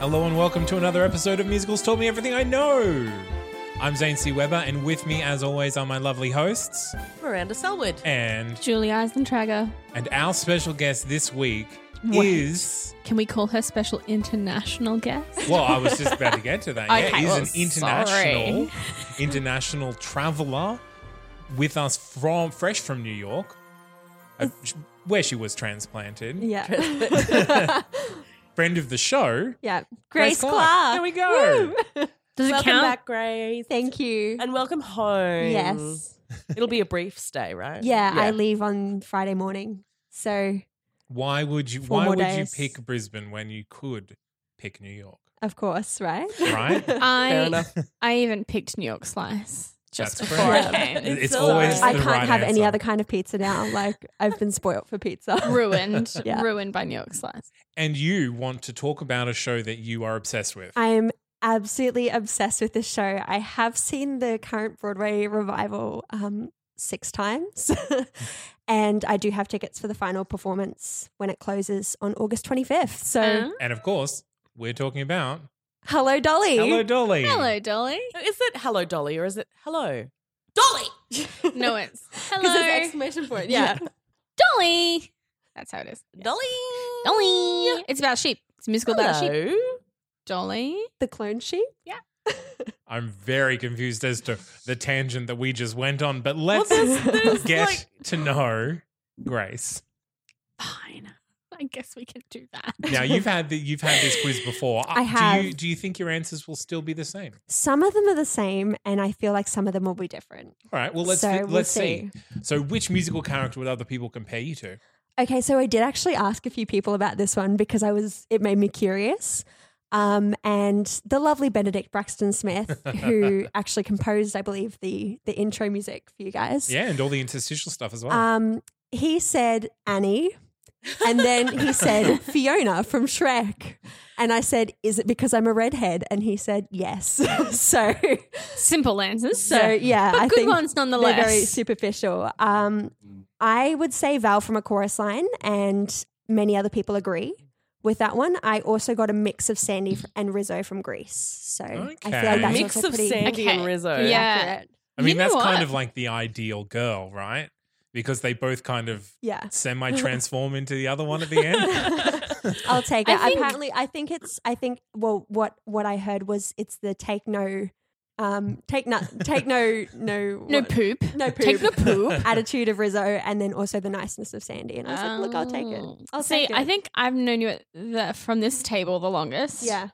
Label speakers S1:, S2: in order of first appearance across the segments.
S1: Hello and welcome to another episode of Musicals Told Me Everything I Know. I'm Zane C. Weber, and with me, as always, are my lovely hosts
S2: Miranda Selwood.
S1: and
S3: Julie Eisentrager.
S1: and our special guest this week
S3: Wait.
S1: is
S3: Can we call her special international guest?
S1: well, I was just about to get to that. yeah,
S2: Okay,
S1: is
S2: well,
S1: an international international traveler with us from fresh from New York, uh, sh- where she was transplanted.
S4: Yeah.
S1: Friend of the show,
S4: yeah. Grace Clark.
S1: There we go.
S3: Does it
S4: Welcome
S3: count?
S4: back, Grace.
S3: Thank you.
S2: And welcome home.
S4: Yes.
S2: It'll be a brief stay, right?
S4: Yeah, I leave on Friday morning. So,
S1: Why would you?
S4: Four
S1: why
S4: more
S1: would
S4: days.
S1: you pick Brisbane when you could pick New York?
S4: of course, right?
S1: Right.
S2: Fair
S3: I
S2: enough.
S3: I even picked New York Slice just
S1: That's
S3: before
S1: correct.
S3: I came.
S1: It's
S2: so
S1: always
S2: good.
S4: I
S1: the
S4: can't
S1: right
S4: have any
S1: answer.
S4: other kind of pizza now. Like, I've been spoilt for pizza.
S3: ruined,
S4: Yeah.
S3: ruined by New York Slice.
S1: And you want to talk about a show that you are obsessed with.
S4: I am absolutely obsessed with this show. I have seen the current Broadway revival um, six times, and I do have tickets for the final performance when it closes on August 25th. So,
S3: Huh?
S1: and of course, we're talking about
S4: hello, Dolly.
S1: Hello Dolly.
S3: hello, Dolly.
S2: Oh, Is it hello, Dolly, or is it hello, Dolly?
S3: No, it's
S4: Because it's
S3: hello,
S4: exclamation point.
S2: Yeah.
S3: Dolly. That's how it is.
S2: Dolly.
S3: Dolly. It's about sheep. It's a musical about sheep.
S2: Hello.
S3: Dolly.
S4: The clone sheep.
S1: I'm very confused as to the tangent that we just went on, but
S2: Well,
S1: let's
S2: there's, there's
S1: get
S2: like
S1: to know Grace.
S3: Fine. I guess we can do that.
S1: Now you've had the, you've had this quiz before. Uh,
S4: I
S1: Do you,
S4: have.
S1: do you think your answers will still be the same?
S4: Some of them are the same, and I feel like some of them will be different.
S1: All right. Well, let's
S4: So we'll
S1: let's see. So, which musical character would other people compare you to?
S4: Okay, so I did actually ask a few people about this one because I was it made me curious. Um, and the lovely Benedict Braxton Smith, who actually composed, I believe, the the intro music for you guys.
S1: Yeah, and all the interstitial stuff as well.
S4: Um, he said Annie, and then he said Fiona from Shrek, and I said, "Is it because I'm a redhead?" And he said, "Yes." so,
S3: Simple answers.
S4: so yeah,
S3: But
S4: I
S3: good
S4: think
S3: ones nonetheless.
S4: They're very superficial. Um, I would say Val from a chorus line, and many other people agree with that one. I also got a mix of Sandy f- and Rizzo from Greece, so I feel
S1: Okay.
S4: like that's
S2: mix
S4: also
S2: of
S4: pretty
S2: Sandy and
S3: Okay.
S2: Rizzo.
S4: pretty
S3: Yeah.
S4: accurate.
S1: I mean,
S3: You know
S1: that's kind
S3: what?
S1: of like the ideal girl, right? Because they both kind of
S4: Yeah.
S1: semi transform into the other one at the end.
S4: I'll take
S3: I
S4: it.
S3: think-
S4: Apparently, I think it's. I think. Well, what what I heard was it's the take no, um, take no, take no, no,
S3: no
S4: what-
S3: poop.
S4: no poop,
S3: Take no poop.
S4: attitude of Rizzo, and then also the niceness of Sandy. And I was like, look, I'll take it.
S3: Oh.
S4: I'll
S3: See,
S4: take it.
S3: I think I've known you at the, from this table the longest.
S4: yeah,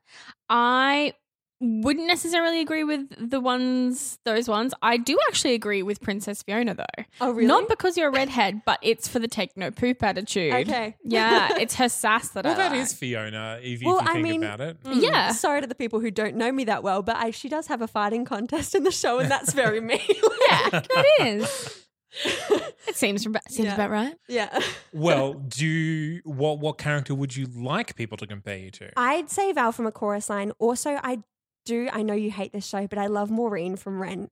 S3: I wouldn't necessarily agree with the ones, those ones. I do actually agree with Princess Fiona though.
S4: Oh, really?
S3: Not because you're a redhead, but it's for the take no poop attitude.
S4: Okay.
S3: Yeah, it's her sass that
S1: well,
S3: I
S1: that
S3: like.
S1: is Fiona, if, if
S4: Uh, Well,
S1: you
S4: I
S1: think
S4: mean- mm,
S1: about it.
S3: Yeah.
S4: Sorry to the people who don't know me that well, but I, she does have a farting contest in the show, and that's very me.
S3: Yeah, that is. it seems about, seems
S4: Yeah.
S3: about right.
S4: yeah.
S1: Well, do you- what what character would you like people to compare you to?
S4: I'd say Val from a chorus line. Also, I do, I know you hate this show, but I love Maureen from Rent.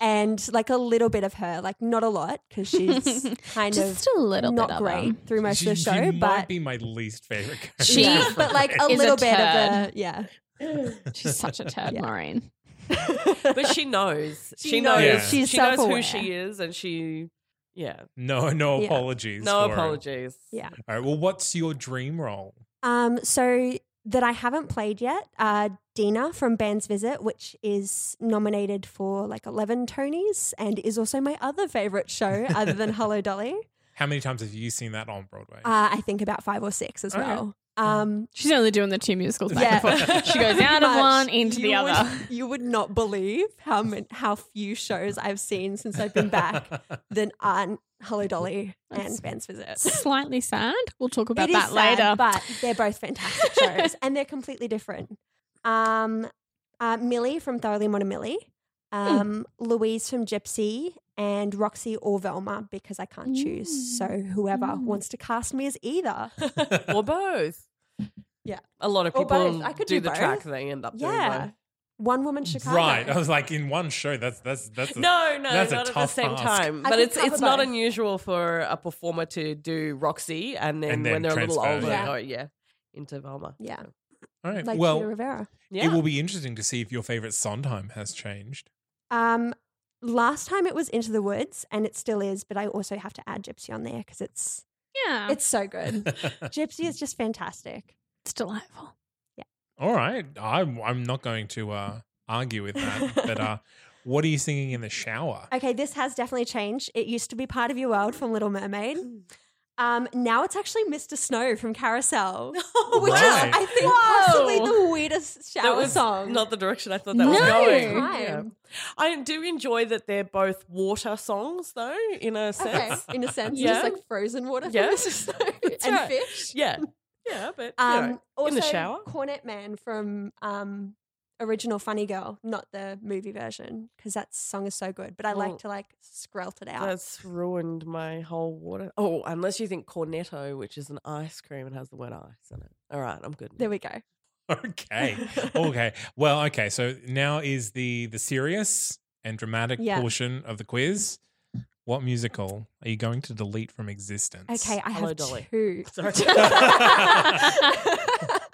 S4: And like a little bit of her, like not a lot, because she's kind
S3: Just
S4: of
S3: a little
S4: not
S3: bit of
S4: great
S3: them.
S4: through most
S1: she,
S4: of the
S1: she
S4: show,
S1: might
S4: but
S1: be my least favorite character.
S3: She-
S4: yeah, but like a
S3: Is a
S4: little bit of a
S3: turd.
S4: yeah.
S3: She's such a turd,
S4: Yeah.
S3: Maureen.
S2: But she knows. She,
S4: She
S2: knows.
S4: knows.
S1: Yeah.
S4: She's
S2: she knows who
S4: self-aware.
S2: she is, and she Yeah.
S1: No, no
S4: Yeah.
S1: apologies.
S2: No
S1: for it.
S2: apologies.
S4: Yeah.
S1: All right. Well, what's your dream role?
S4: Um, so that I haven't played yet, uh, Dina from Band's Visit, which is nominated for like 11 Tonys and is also my other favorite show other than Hello Dolly.
S1: How many times have you seen that on Broadway?
S4: Uh, I think about five or six as
S1: Okay.
S4: well. Um,
S3: She's only doing the two musicals back and
S4: Yeah.
S3: forth. She goes out of
S4: Much.
S3: one into the
S4: you would-
S3: other.
S4: you would not believe how mon- how few shows I've seen since I've been back than aren't Hello Dolly
S3: That's-
S4: and Band's Visit.
S3: Slightly sad. We'll talk
S4: It
S3: about
S4: is
S3: that
S4: sad,
S3: later.
S4: But they're both fantastic shows and they're completely different. Um, uh, Millie from Thoroughly Modern Millie,
S3: Hmm.
S4: um, Louise from Gypsy, and Roxy or Velma because I can't choose. So whoever
S3: Mm.
S4: wants to cast me as either.
S2: Or both.
S4: Yeah.
S2: A lot of
S4: Or both.
S2: people
S4: I could
S2: do,
S4: do
S2: the
S4: both.
S2: track they end up
S4: Yeah.
S2: doing
S4: One woman Chicago.
S1: right. Oh, I was like, in one show, that's that's that's
S2: both. No, no,
S1: That's a
S2: not at the
S1: tough
S2: same
S1: ask.
S2: time.
S4: I
S2: But
S4: could
S2: it's
S4: cover
S2: it's not
S4: both.
S2: unusual for a performer to do Roxy and then,
S1: And then
S2: when they're a little
S1: transfer,
S2: older,
S4: yeah.
S2: go, yeah, into Velma.
S4: Yeah.
S1: All right.
S4: Like
S1: well,
S4: Gina Rivera.
S2: Yeah.
S1: it will be interesting to see if your favorite Sondheim has changed.
S4: Um, last time it was Into the Woods and it still is, but I also have to add Gypsy on there because it's
S3: Yeah. It's,
S4: it's so good. Gypsy is just fantastic.
S3: delightful.
S1: All right. I'm I'm not going to uh, argue with that. But uh, what are you singing in the shower?
S4: Okay, this has definitely changed. It used to be part of your world from Little Mermaid. Um, now it's actually Mr. Snow from Carousel, which
S1: Right.
S4: is I think
S3: Whoa.
S4: possibly the weirdest shower
S2: That was
S4: song.
S2: not the direction I thought that was
S3: No.
S2: going.
S4: Time.
S2: I do enjoy that they're both water songs, though, in a
S4: okay,
S2: sense.
S4: in a sense,
S2: Yeah.
S4: just like frozen water
S2: Yeah.
S4: from Mr. Snow
S2: That's
S4: and
S2: right.
S4: fish.
S2: Yeah, yeah, but you
S4: Um,
S2: know,
S4: also,
S2: in the shower.
S4: Cornet Man from um, original Funny Girl, not the movie version, because that song is so good. But I
S2: Well,
S4: like to like screlt it out.
S2: That's ruined my whole water. Oh, unless you think cornetto, which is an ice cream and has the word ice in it. All right, I'm good.
S4: There we go.
S1: Okay. Okay. Well, okay. So now is the the serious and dramatic
S4: Yeah.
S1: portion of the quiz. What musical are you going to delete from existence?
S4: Okay, I
S2: Hello,
S4: have
S2: Dolly.
S4: two.
S2: Sorry.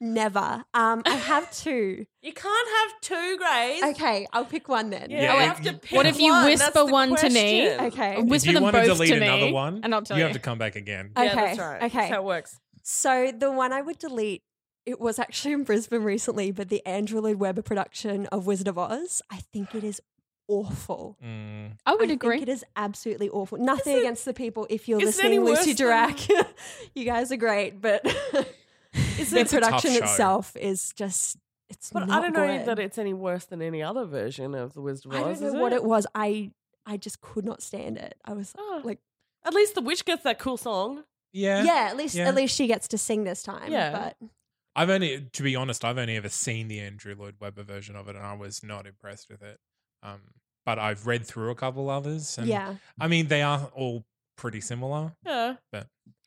S4: Never. Um, I have two.
S2: You can't have two grades.
S4: Okay, I'll pick one then.
S1: Yeah,
S2: you
S1: it-
S2: Oh, have to
S1: you-
S2: pick
S1: What if you
S2: that's
S3: whisper
S2: the
S3: one to me?
S2: question.
S4: Okay.
S1: If
S3: Whisper
S1: you
S3: them
S1: want to
S3: both
S1: delete
S3: to me,
S1: another one,
S3: and I'll tell
S1: you
S3: you.
S1: have to come back again.
S2: Yeah, that's
S4: Okay,
S2: right.
S4: okay.
S2: That's how it works.
S4: So the one I would delete. It was actually in Brisbane recently, but the Andrew Lloyd Webber production of Wizard of Oz. I think it is awful.
S1: Mm.
S3: I would
S4: I
S3: agree.
S4: Think it is absolutely awful. Nothing
S2: it-
S4: against the people. If you're
S2: is it any
S4: listening, Lucy
S2: worse than-
S4: Durack, you guys are great, but the
S1: It's a tough
S4: production
S1: show.
S4: itself is just. It's
S2: But
S4: not
S2: I don't know
S4: good.
S2: that it's any worse than any other version of the Wizard of
S4: I
S2: Oz.
S4: don't
S2: is
S4: know what
S2: it?
S4: it was. I I just could not stand it. I was
S2: Oh.
S4: like,
S2: At least the witch gets that cool song.
S1: Yeah.
S4: yeah, at least
S1: yeah.
S4: at least she gets to sing this time.
S2: Yeah.
S4: but
S1: I've only, to be honest, I've only ever seen the Andrew Lloyd Webber version of it, and I was not impressed with it. Um, but I've read through a couple others, and
S4: yeah,
S1: I mean, they are all pretty similar.
S2: Yeah.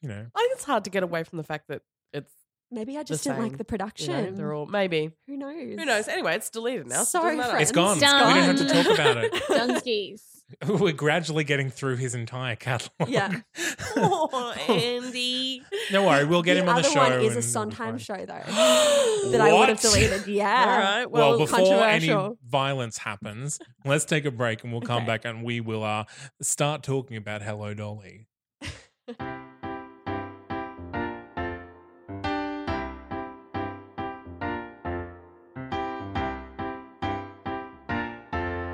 S1: You know,
S2: I think it's hard to get away from the fact that it's
S4: maybe I just didn't
S2: same,
S4: like the
S2: you
S4: production.
S2: know, they're all maybe.
S4: Who knows?
S2: Who knows? Anyway, it's deleted now. so
S4: Sorry,
S2: it doesn't matter.
S4: friend.
S1: it's gone.
S3: Done.
S1: We don't have to talk about it.
S3: Dunskies.
S1: We're gradually getting through his entire catalog.
S4: Yeah.
S2: Oh, Andy.
S1: no worry, we'll get
S4: the
S1: him on the
S4: other
S1: show.
S4: one is a
S1: and-
S4: Sondheim show though that
S2: that
S4: I would
S1: What?
S4: have deleted.
S2: All
S4: Yeah.
S2: right.
S1: Well,
S2: Well,
S1: before any
S2: controversial.
S1: violence happens, let's take a break and we'll come
S4: Okay.
S1: back and we will uh, start talking about Hello Dolly.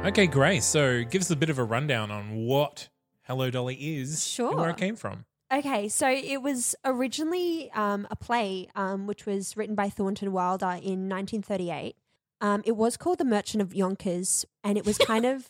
S1: okay, Grace. So give us a bit of a rundown on what Hello Dolly is and where
S4: Sure.
S1: it came from.
S4: Okay, so it was originally um, a play um, which was written by Thornton Wilder in 1938. Um, it was called The Merchant of Yonkers, and it was kind of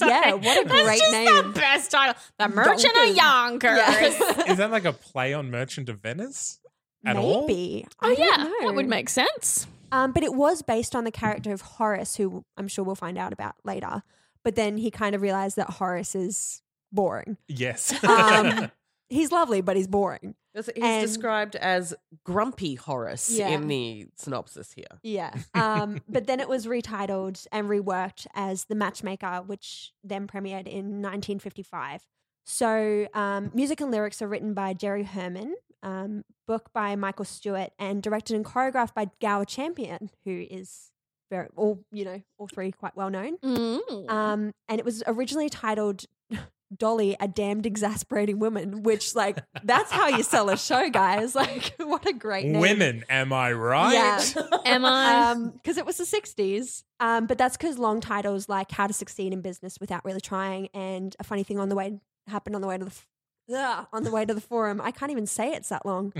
S4: yeah, what a
S3: That's
S4: great
S3: just
S4: name.
S3: The best title. The Merchant of
S4: Yonkers.
S3: Yonkers.
S4: Yeah.
S1: Is that like a play on Merchant of Venice? At all?
S4: Maybe.
S3: Oh,
S4: I don't
S3: yeah.
S4: know.
S3: That would make sense.
S4: Um, but it was based on the character of Horace, who I'm sure we'll find out about later. But then he kind of realized that Horace is boring.
S1: Yes.
S4: Um, he's lovely, but he's boring.
S2: That's-
S4: and-
S2: he's described as grumpy Horace
S4: Yeah.
S2: in the synopsis here.
S4: Yeah. Um, but then it was retitled and reworked as The Matchmaker, which then premiered in 1955. So um, music and lyrics are written by Jerry Herman, um, book by Michael Stewart, and directed and choreographed by Gower Champion, who is very, all you know, all three quite well known.
S3: Mm.
S4: Um, and it was originally titled Dolly a damned exasperating woman, which like that's how you sell a show, guys. Like what a great name.
S1: Women, am I right?
S4: Yeah.
S3: Am I?
S4: Um, because it was the 60s. Um, but that's because long titles like How to Succeed in Business Without Really Trying and a funny thing on the way happened on the way to the f- Ugh, on the way to the forum. I can't even say it's that long.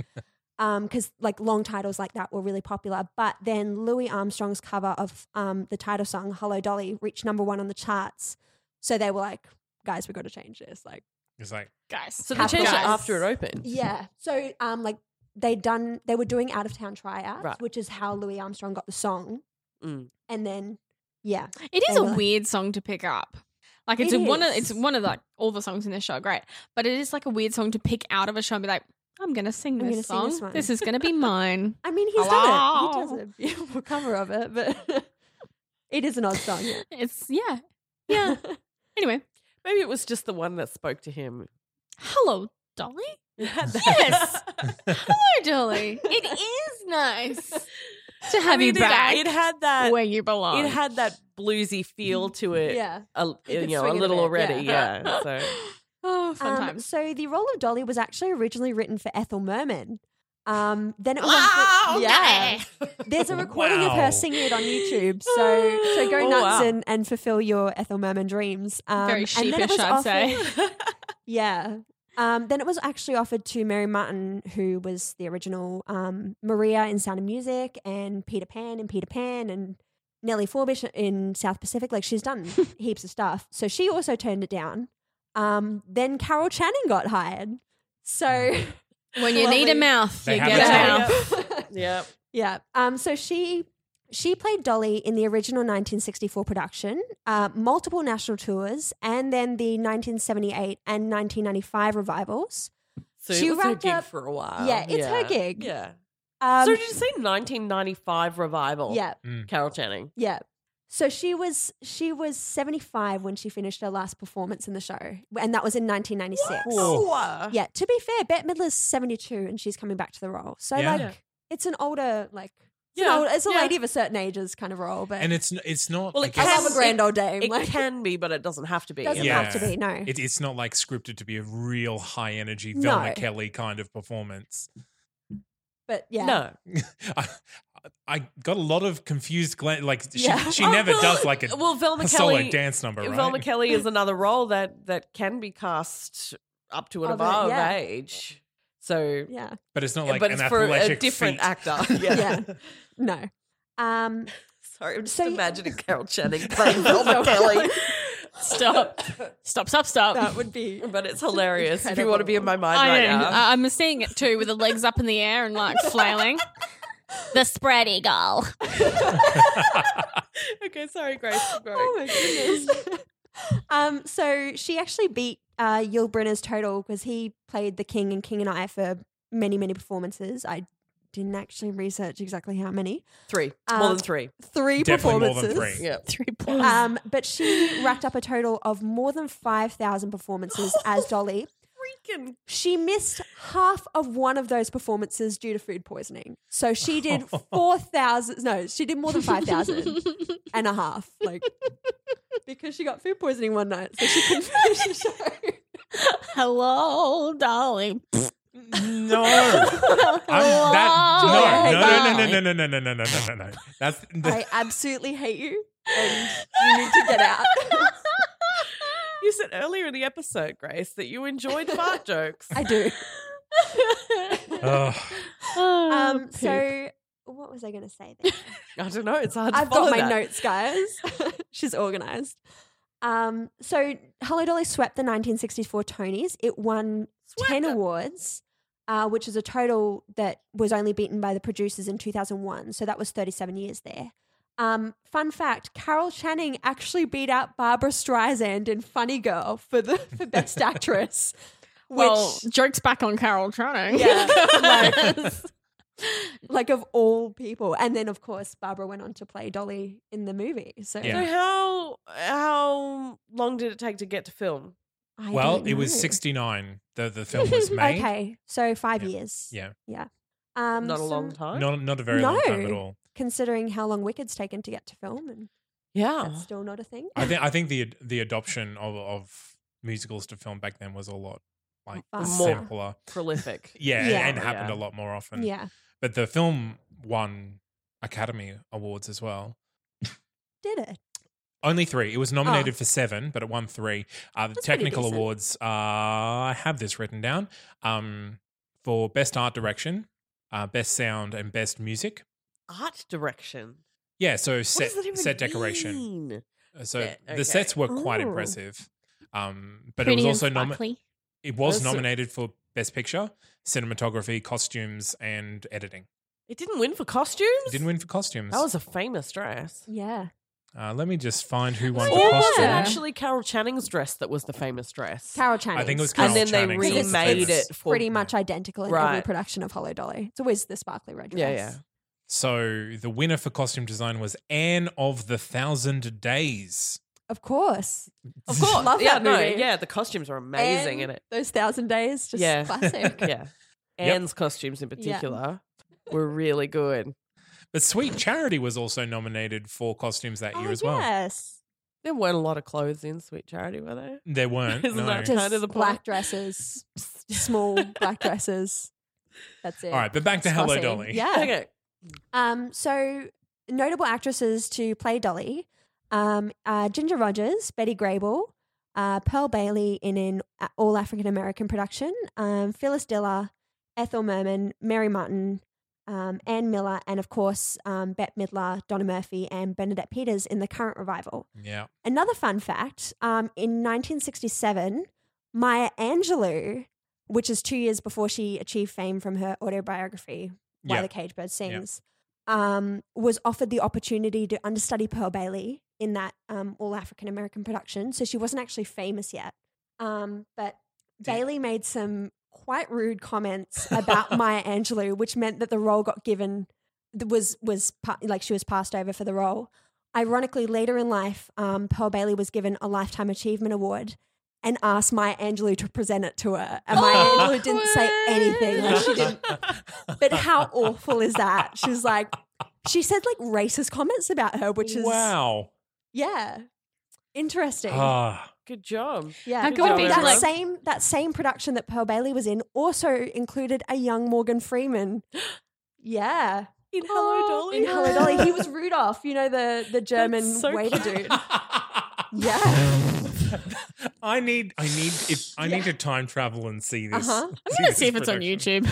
S4: Um, because like long titles like that were really popular. But then Louis Armstrong's cover of um the title song Hello Dolly reached number one on the charts. So they were like, guys, we got to change this. Like
S1: It's like,
S3: guys.
S2: So they
S4: Half
S2: changed it
S4: guys.
S2: after it opened.
S4: yeah. So um like they done they were doing out of town tryouts,
S2: Right.
S4: which is how Louis Armstrong got the song.
S2: Mm.
S4: And then yeah.
S3: It is
S4: They
S3: a
S4: were like-
S3: weird song to pick up. Like it's
S4: It
S3: a one of
S4: is.
S3: it's one of like all the songs in this show, are great. But it is like a weird song to pick out of a show and be like, I'm gonna sing
S4: I'm
S3: this
S4: gonna sing
S3: song.
S4: this
S3: This,
S4: one."
S3: is gonna be mine.
S4: I mean he's done it. He does
S3: Hello.
S4: a beautiful cover of it, but it is an odd song. yeah.
S3: It's yeah. Yeah. anyway.
S2: Maybe it was just the one that spoke to him.
S3: Hello, Dolly. Yes. Hello, Dolly. It is nice to have
S2: I mean,
S3: you back
S2: It, it had that.
S3: where you belong.
S2: It had that bluesy feel to it.
S4: Mm-hmm. yeah.
S2: A,
S4: You
S2: you
S4: could
S2: know, a
S4: swing it a
S2: little
S4: bit,
S2: already.
S3: yeah.
S2: Yeah. So
S3: Oh, fun
S4: Um,
S3: times.
S4: so the role of Dolly was actually originally written for Ethel Merman. Um, then it was
S3: Wow,
S4: yeah. There's a recording of
S1: Wow.
S4: her singing it on YouTube. So so go
S2: Oh,
S4: nuts
S2: wow.
S4: and, and fulfill your Ethel Merman dreams. Um,
S3: Very
S4: and then it
S3: sheepish,
S4: was
S3: I'd
S4: offered-
S3: say.
S4: Yeah. Um, then it was actually offered to Mary Martin, who was the original um, Maria in Sound of Music, and Peter Pan in Peter Pan, and Nellie Forbish in South Pacific. Like she's done heaps of stuff. So she also turned it down. Um, then Carol Channing got hired. So
S3: When you need a
S4: Lovely.
S3: mouth,
S1: They
S3: you
S1: have
S3: get
S1: a
S3: a
S1: Yeah.
S3: mouth.
S2: yeah.
S4: Yeah. Um, so she she played Dolly in the original 1964 production, uh, multiple national tours, and then the 1978 and 1995 revivals.
S2: So
S4: She
S2: it was her
S4: wrapped
S2: gig
S4: up-
S2: for a while.
S4: yeah, it's her gig.
S2: Yeah.
S4: Um,
S2: so did you say 1995 revival?
S4: yeah,
S1: Hmm.
S2: Carol Channing.
S4: yeah. So she was she was 75 when she finished her last performance in the show, and that was in 1996.
S1: Whoa.
S2: Oh.
S4: Yeah. To be fair, Bette Midler's 72 and she's coming back to the role. So
S1: Yeah.
S4: like,
S2: Yeah.
S4: it's an older like. It's,
S2: Yeah,
S4: an older, it's a
S2: yeah.
S4: lady of a certain ages kind of role, but
S1: and it's n- it's not.
S2: Well,
S1: I
S2: it
S4: I
S1: guess-
S4: love a
S2: Yes.
S4: grand old dame.
S2: It
S4: like-
S2: can be, but it doesn't have to be.
S4: doesn't
S1: Yeah.
S4: have to be. No,
S1: It, it's not like scripted to be a real high energy
S4: No.
S1: Velma Kelly kind of performance.
S4: but yeah,
S2: No.
S1: I, I got a lot of confused glance. Like she,
S4: Yeah.
S1: she
S2: Oh,
S1: never
S2: well,
S1: does like a,
S2: well, Velma
S1: a solo
S2: Kelly-
S1: dance number, right?
S2: Velma Kelly is another role that that can be cast up to and
S4: Of it,
S2: above
S4: yeah.
S2: age. So,
S4: yeah,
S1: but it's not like
S2: but
S1: an
S2: it's for a
S1: athletic
S2: different
S1: feat.
S2: actor. Yeah.
S4: yeah, no. Um,
S2: Sorry, I'm just
S4: So you-
S2: imagining Carol Channing playing Velma Kelly.
S3: Stop. Stop, stop, stop.
S4: that would be
S2: But it's hilarious. If you
S4: Incredible.
S2: want to be in my mind
S3: I
S2: right
S3: am.
S2: now.
S3: I- I'm seeing it too with the legs up in the air and like flailing. The spread eagle.
S2: okay, sorry, Grace. keep going.
S4: oh my goodness. um, so she actually beat uh, Yul Brynner's total because he played the king and King and I for many, many performances. I didn't actually research exactly how many.
S2: Three.
S4: Um,
S2: More than three.
S4: Three
S1: Definitely more than
S4: performances.
S1: three.
S2: Yeah.
S3: Three plus.
S4: Um, but she racked up a total of more than five thousand performances as Dolly.
S2: Freaking
S4: She missed half of one of those performances due to food poisoning. So she did 4,000, no, she did more than 5,000 and a half, like, because she got food poisoning one night. So she couldn't finish the show.
S3: Hello, darling.
S1: No, I'm, that, no, no, no, no, no, no, no, no, no, no, no, no. That's
S4: I absolutely hate you and you need to get out.
S2: You said earlier in the episode, Grace, that you enjoyed fart jokes.
S4: I do.
S1: Ugh.
S4: Um, so what was I going to say there?
S2: I don't know. It's hard to
S4: I've
S2: follow
S4: got my
S2: that.
S4: notes, guys. She's organized. Um, so Hello Dolly swept the 1964 Tonys. It won 10 awards, uh, which is a total that was only beaten by the producers in 2001. So that was 37 years there. Um, fun fact Carol Channing actually beat out Barbara Streisand in Funny Girl for the for Best Actress. Which,
S3: well, jokes back on Carol Channing.
S4: yeah, like, like of all people. And then, of course, Barbara went on to play Dolly in the movie. So
S1: Yeah.
S2: So how how long did it take to get to film?
S4: I
S1: well,
S4: don't
S1: it was
S4: know.
S1: 69. The the film was made.
S4: Okay, so five
S1: Yeah.
S4: years.
S1: Yeah.
S4: Um,
S2: Not a
S4: so
S2: long time.
S1: Not not a very
S4: No.
S1: long time at all.
S4: Considering how long Wicked's taken to get to film, and
S2: yeah.
S4: that's still not a thing.
S1: I think I think the the adoption of of musicals to film back then was a lot like
S4: Faster.
S1: simpler.
S2: Prolific.
S1: Yeah,
S4: Yeah.
S1: and happened
S2: Yeah.
S1: a lot more often.
S4: Yeah.
S1: But the film won Academy Awards as well.
S4: Did it?
S1: Only three. It was nominated for seven, but it won three. Uh, the
S4: That's pretty
S1: technical
S4: decent.
S1: awards. Uh, I have this written down. Um, for best art direction, uh, best sound, and best music.
S2: Art direction.
S1: Yeah, so
S2: What
S1: set
S2: does that even
S1: set decoration.
S2: mean?
S1: Uh, So
S2: Yeah, okay.
S1: the sets were quite
S4: Oh.
S1: impressive. Um, but
S3: Pretty
S1: it
S3: and
S1: was also nominated.
S3: sparkly.
S1: It was
S2: That's a-
S1: nominated for Best Picture, cinematography, costumes, and editing.
S2: It didn't win for costumes.
S1: It didn't win for costumes.
S2: That was a famous dress.
S4: Yeah.
S1: uh, let me just find who won
S3: Oh,
S1: for
S2: Or was it
S3: Yeah.
S1: costumes.
S2: actually Carol Channing's dress that was the famous dress?
S4: Carol Channing.
S1: I think it was Carol
S2: and then they
S1: Channing, so it's the
S2: remade
S1: famous.
S2: it for
S4: pretty much identical in every
S2: Right.
S4: production of Hollow Dolly. It's always the sparkly red dress.
S2: Yeah, yeah.
S1: So the winner for costume design was Anne of the Thousand Days.
S4: Of course.
S2: Of course.
S4: Love
S2: yeah,
S4: that
S2: no,
S4: movie.
S2: yeah, the costumes are amazing in
S4: And
S2: it.
S4: Those thousand days, just
S2: Yeah.
S4: classic.
S2: Yeah. Anne's costumes in particular were really good.
S1: But Sweet Charity was also nominated for costumes that year
S4: Oh,
S1: as well.
S4: Yes.
S2: There weren't a lot of clothes in Sweet Charity, were there?
S1: There weren't.
S2: Isn't
S1: no.
S2: that
S4: Just
S2: Kind of the point.
S4: black dresses, s- small black dresses. That's it.
S1: All right, but back to Hello
S4: Spicy.
S1: Dolly.
S4: Yeah.
S2: Okay.
S4: Um, so notable actresses to play Dolly um, are Ginger Rogers, Betty Grable, uh, Pearl Bailey in an a- all African American production, um, Phyllis Diller, Ethel Merman, Mary Martin, um, Ann Miller, and of course um, Bette Midler, Donna Murphy, and Bernadette Peters in the current revival.
S1: Yeah.
S4: Another fun fact um, in 1967, Maya Angelou, which is two years before she achieved fame from her autobiography, Why
S1: Yeah.
S4: the Cage Bird Sings, um, was offered the opportunity to understudy Pearl Bailey in that um, all African American production. So she wasn't actually famous yet. Um, but
S1: Did-
S4: Bailey made some quite rude comments about Maya Angelou, which meant that the role got given was was pa- like she was passed over for the role. Ironically, later in life, um, Pearl Bailey was given a Lifetime Achievement Award and asked Maya Angelou to present it to her, and Maya
S3: Oh,
S4: Angelou didn't say anything. Like she didn't. But how awful is that? She was like, she said like racist comments about her, which is
S1: wow.
S4: yeah, interesting.
S1: Ah,
S2: Good job.
S4: Yeah,
S3: How
S2: could it be
S4: that
S2: to, like-
S4: same that same production that Pearl Bailey was in also included a young Morgan Freeman. Yeah,
S2: In
S4: Oh, in Hello Dolly, he was Rudolph. You know the the German
S2: so
S4: waiter
S2: cute.
S4: dude.
S1: Ah.
S4: Yeah,
S1: I need, I need, if, I need to time travel and see this.
S4: Uh-huh.
S3: I'm gonna see if it's on YouTube.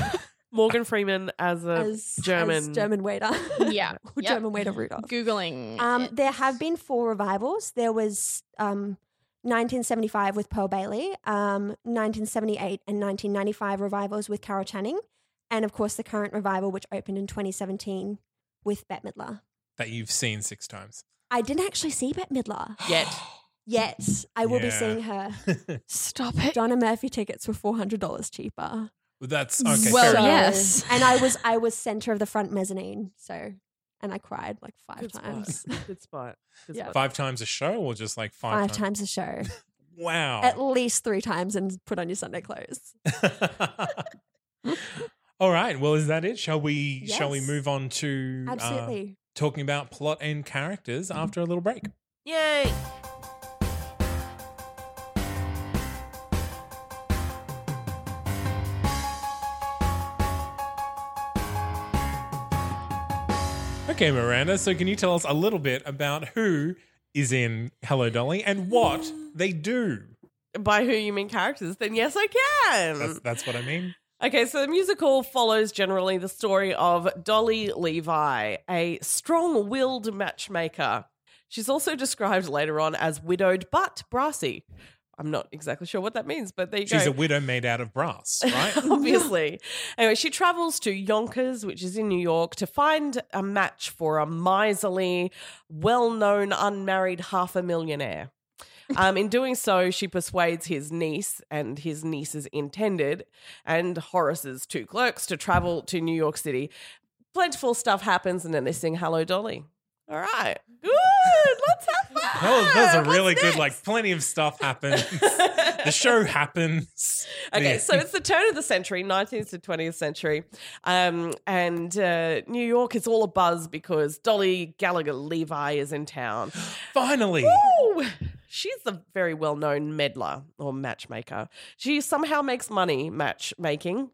S2: Morgan Freeman as a
S4: as
S2: German.
S4: as German waiter.
S3: yeah.
S4: Or German waiter Rudolph.
S3: Googling.
S4: Um,
S3: it.
S4: there have been four revivals. There was um, 1975 with Pearl Bailey, um, 1978 and 1995 revivals with Carol Channing, and of course the current revival, which opened in 2017 with Bette Midler.
S1: that you've seen six times.
S4: I didn't actually see Bette Midler
S2: Yet.
S4: yet. I will be
S1: Yeah.
S4: seeing her.
S3: Stop it.
S4: Donna Murphy tickets were $400 cheaper.
S1: Well, That's okay.
S3: Well,
S1: fair
S3: yeah.
S1: enough.
S3: yes.
S4: And I was I was center of the front mezzanine, so and I cried like five
S2: Good spot.
S4: times.
S2: Good spot. Good
S4: Yeah.
S2: spot.
S1: Five times a show, or just like five,
S4: Five times a show.
S1: Wow.
S4: At least three times and put on your Sunday clothes.
S1: All right. Well, is that it? Shall we? Shall we
S4: Yes.
S1: move on to uh,
S4: Absolutely.
S1: talking about plot and characters
S3: Mm-hmm.
S1: after a little break?
S2: Yay.
S1: Okay, Miranda. So, can you tell us a little bit about who is in Hello Dolly and what they do?
S2: By who you mean characters? Then yes, I can.
S1: That's that's what I mean.
S2: Okay, so the musical follows generally the story of Dolly Levi, a strong willed matchmaker. She's also described later on as widowed but brassy. I'm not exactly sure what that means, but there you
S1: She's
S2: go.
S1: a widow made out of brass, right?
S2: Obviously. Anyway, she travels to Yonkers, which is in New York, to find a match for a miserly, well known, unmarried half a millionaire. Um, in doing so, she persuades his niece and his niece's intended and Horace's two clerks to travel to New York City. Plentiful stuff happens, and then they sing Hello, Dolly. All right. Good. Let's have fun.
S1: That was, that was a
S2: Ah, What's
S1: really good,
S2: next?
S1: like, plenty of stuff happens. the show happens.
S2: Okay,
S1: Yeah.
S2: so it's the turn of the century, 19th to 20th century. Um, and uh, New York is all abuzz because Dolly Gallagher Levi is in town.
S1: Finally.
S2: Ooh, she's a very well known meddler or matchmaker. She somehow makes money matchmaking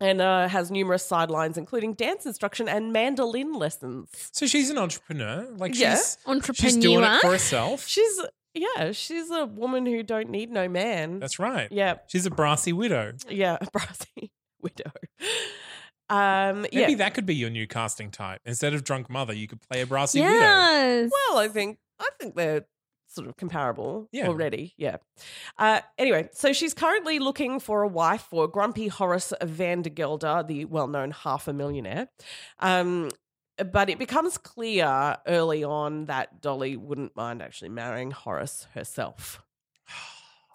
S2: and uh, has numerous sidelines, including dance instruction and mandolin lessons.
S1: So she's an entrepreneur. Like
S2: Yeah.
S1: she's
S3: Entrepreneur.
S1: she's doing it for herself.
S2: She's, yeah, she's a woman who don't need no man.
S1: That's right.
S2: yeah,
S1: She's a brassy widow.
S2: yeah, brassy widow. Um,
S1: Maybe
S2: yeah.
S1: that could be your new casting type. Instead of drunk mother, you could play a brassy widow.
S3: yes.
S2: Well, I think I think they're sort of comparable
S1: Yeah.
S2: already. Yeah. Uh, anyway, so she's currently looking for a wife for Grumpy Horace Van der Gelder, the well-known half a millionaire. Um, but it becomes clear early on that Dolly wouldn't mind actually marrying Horace herself,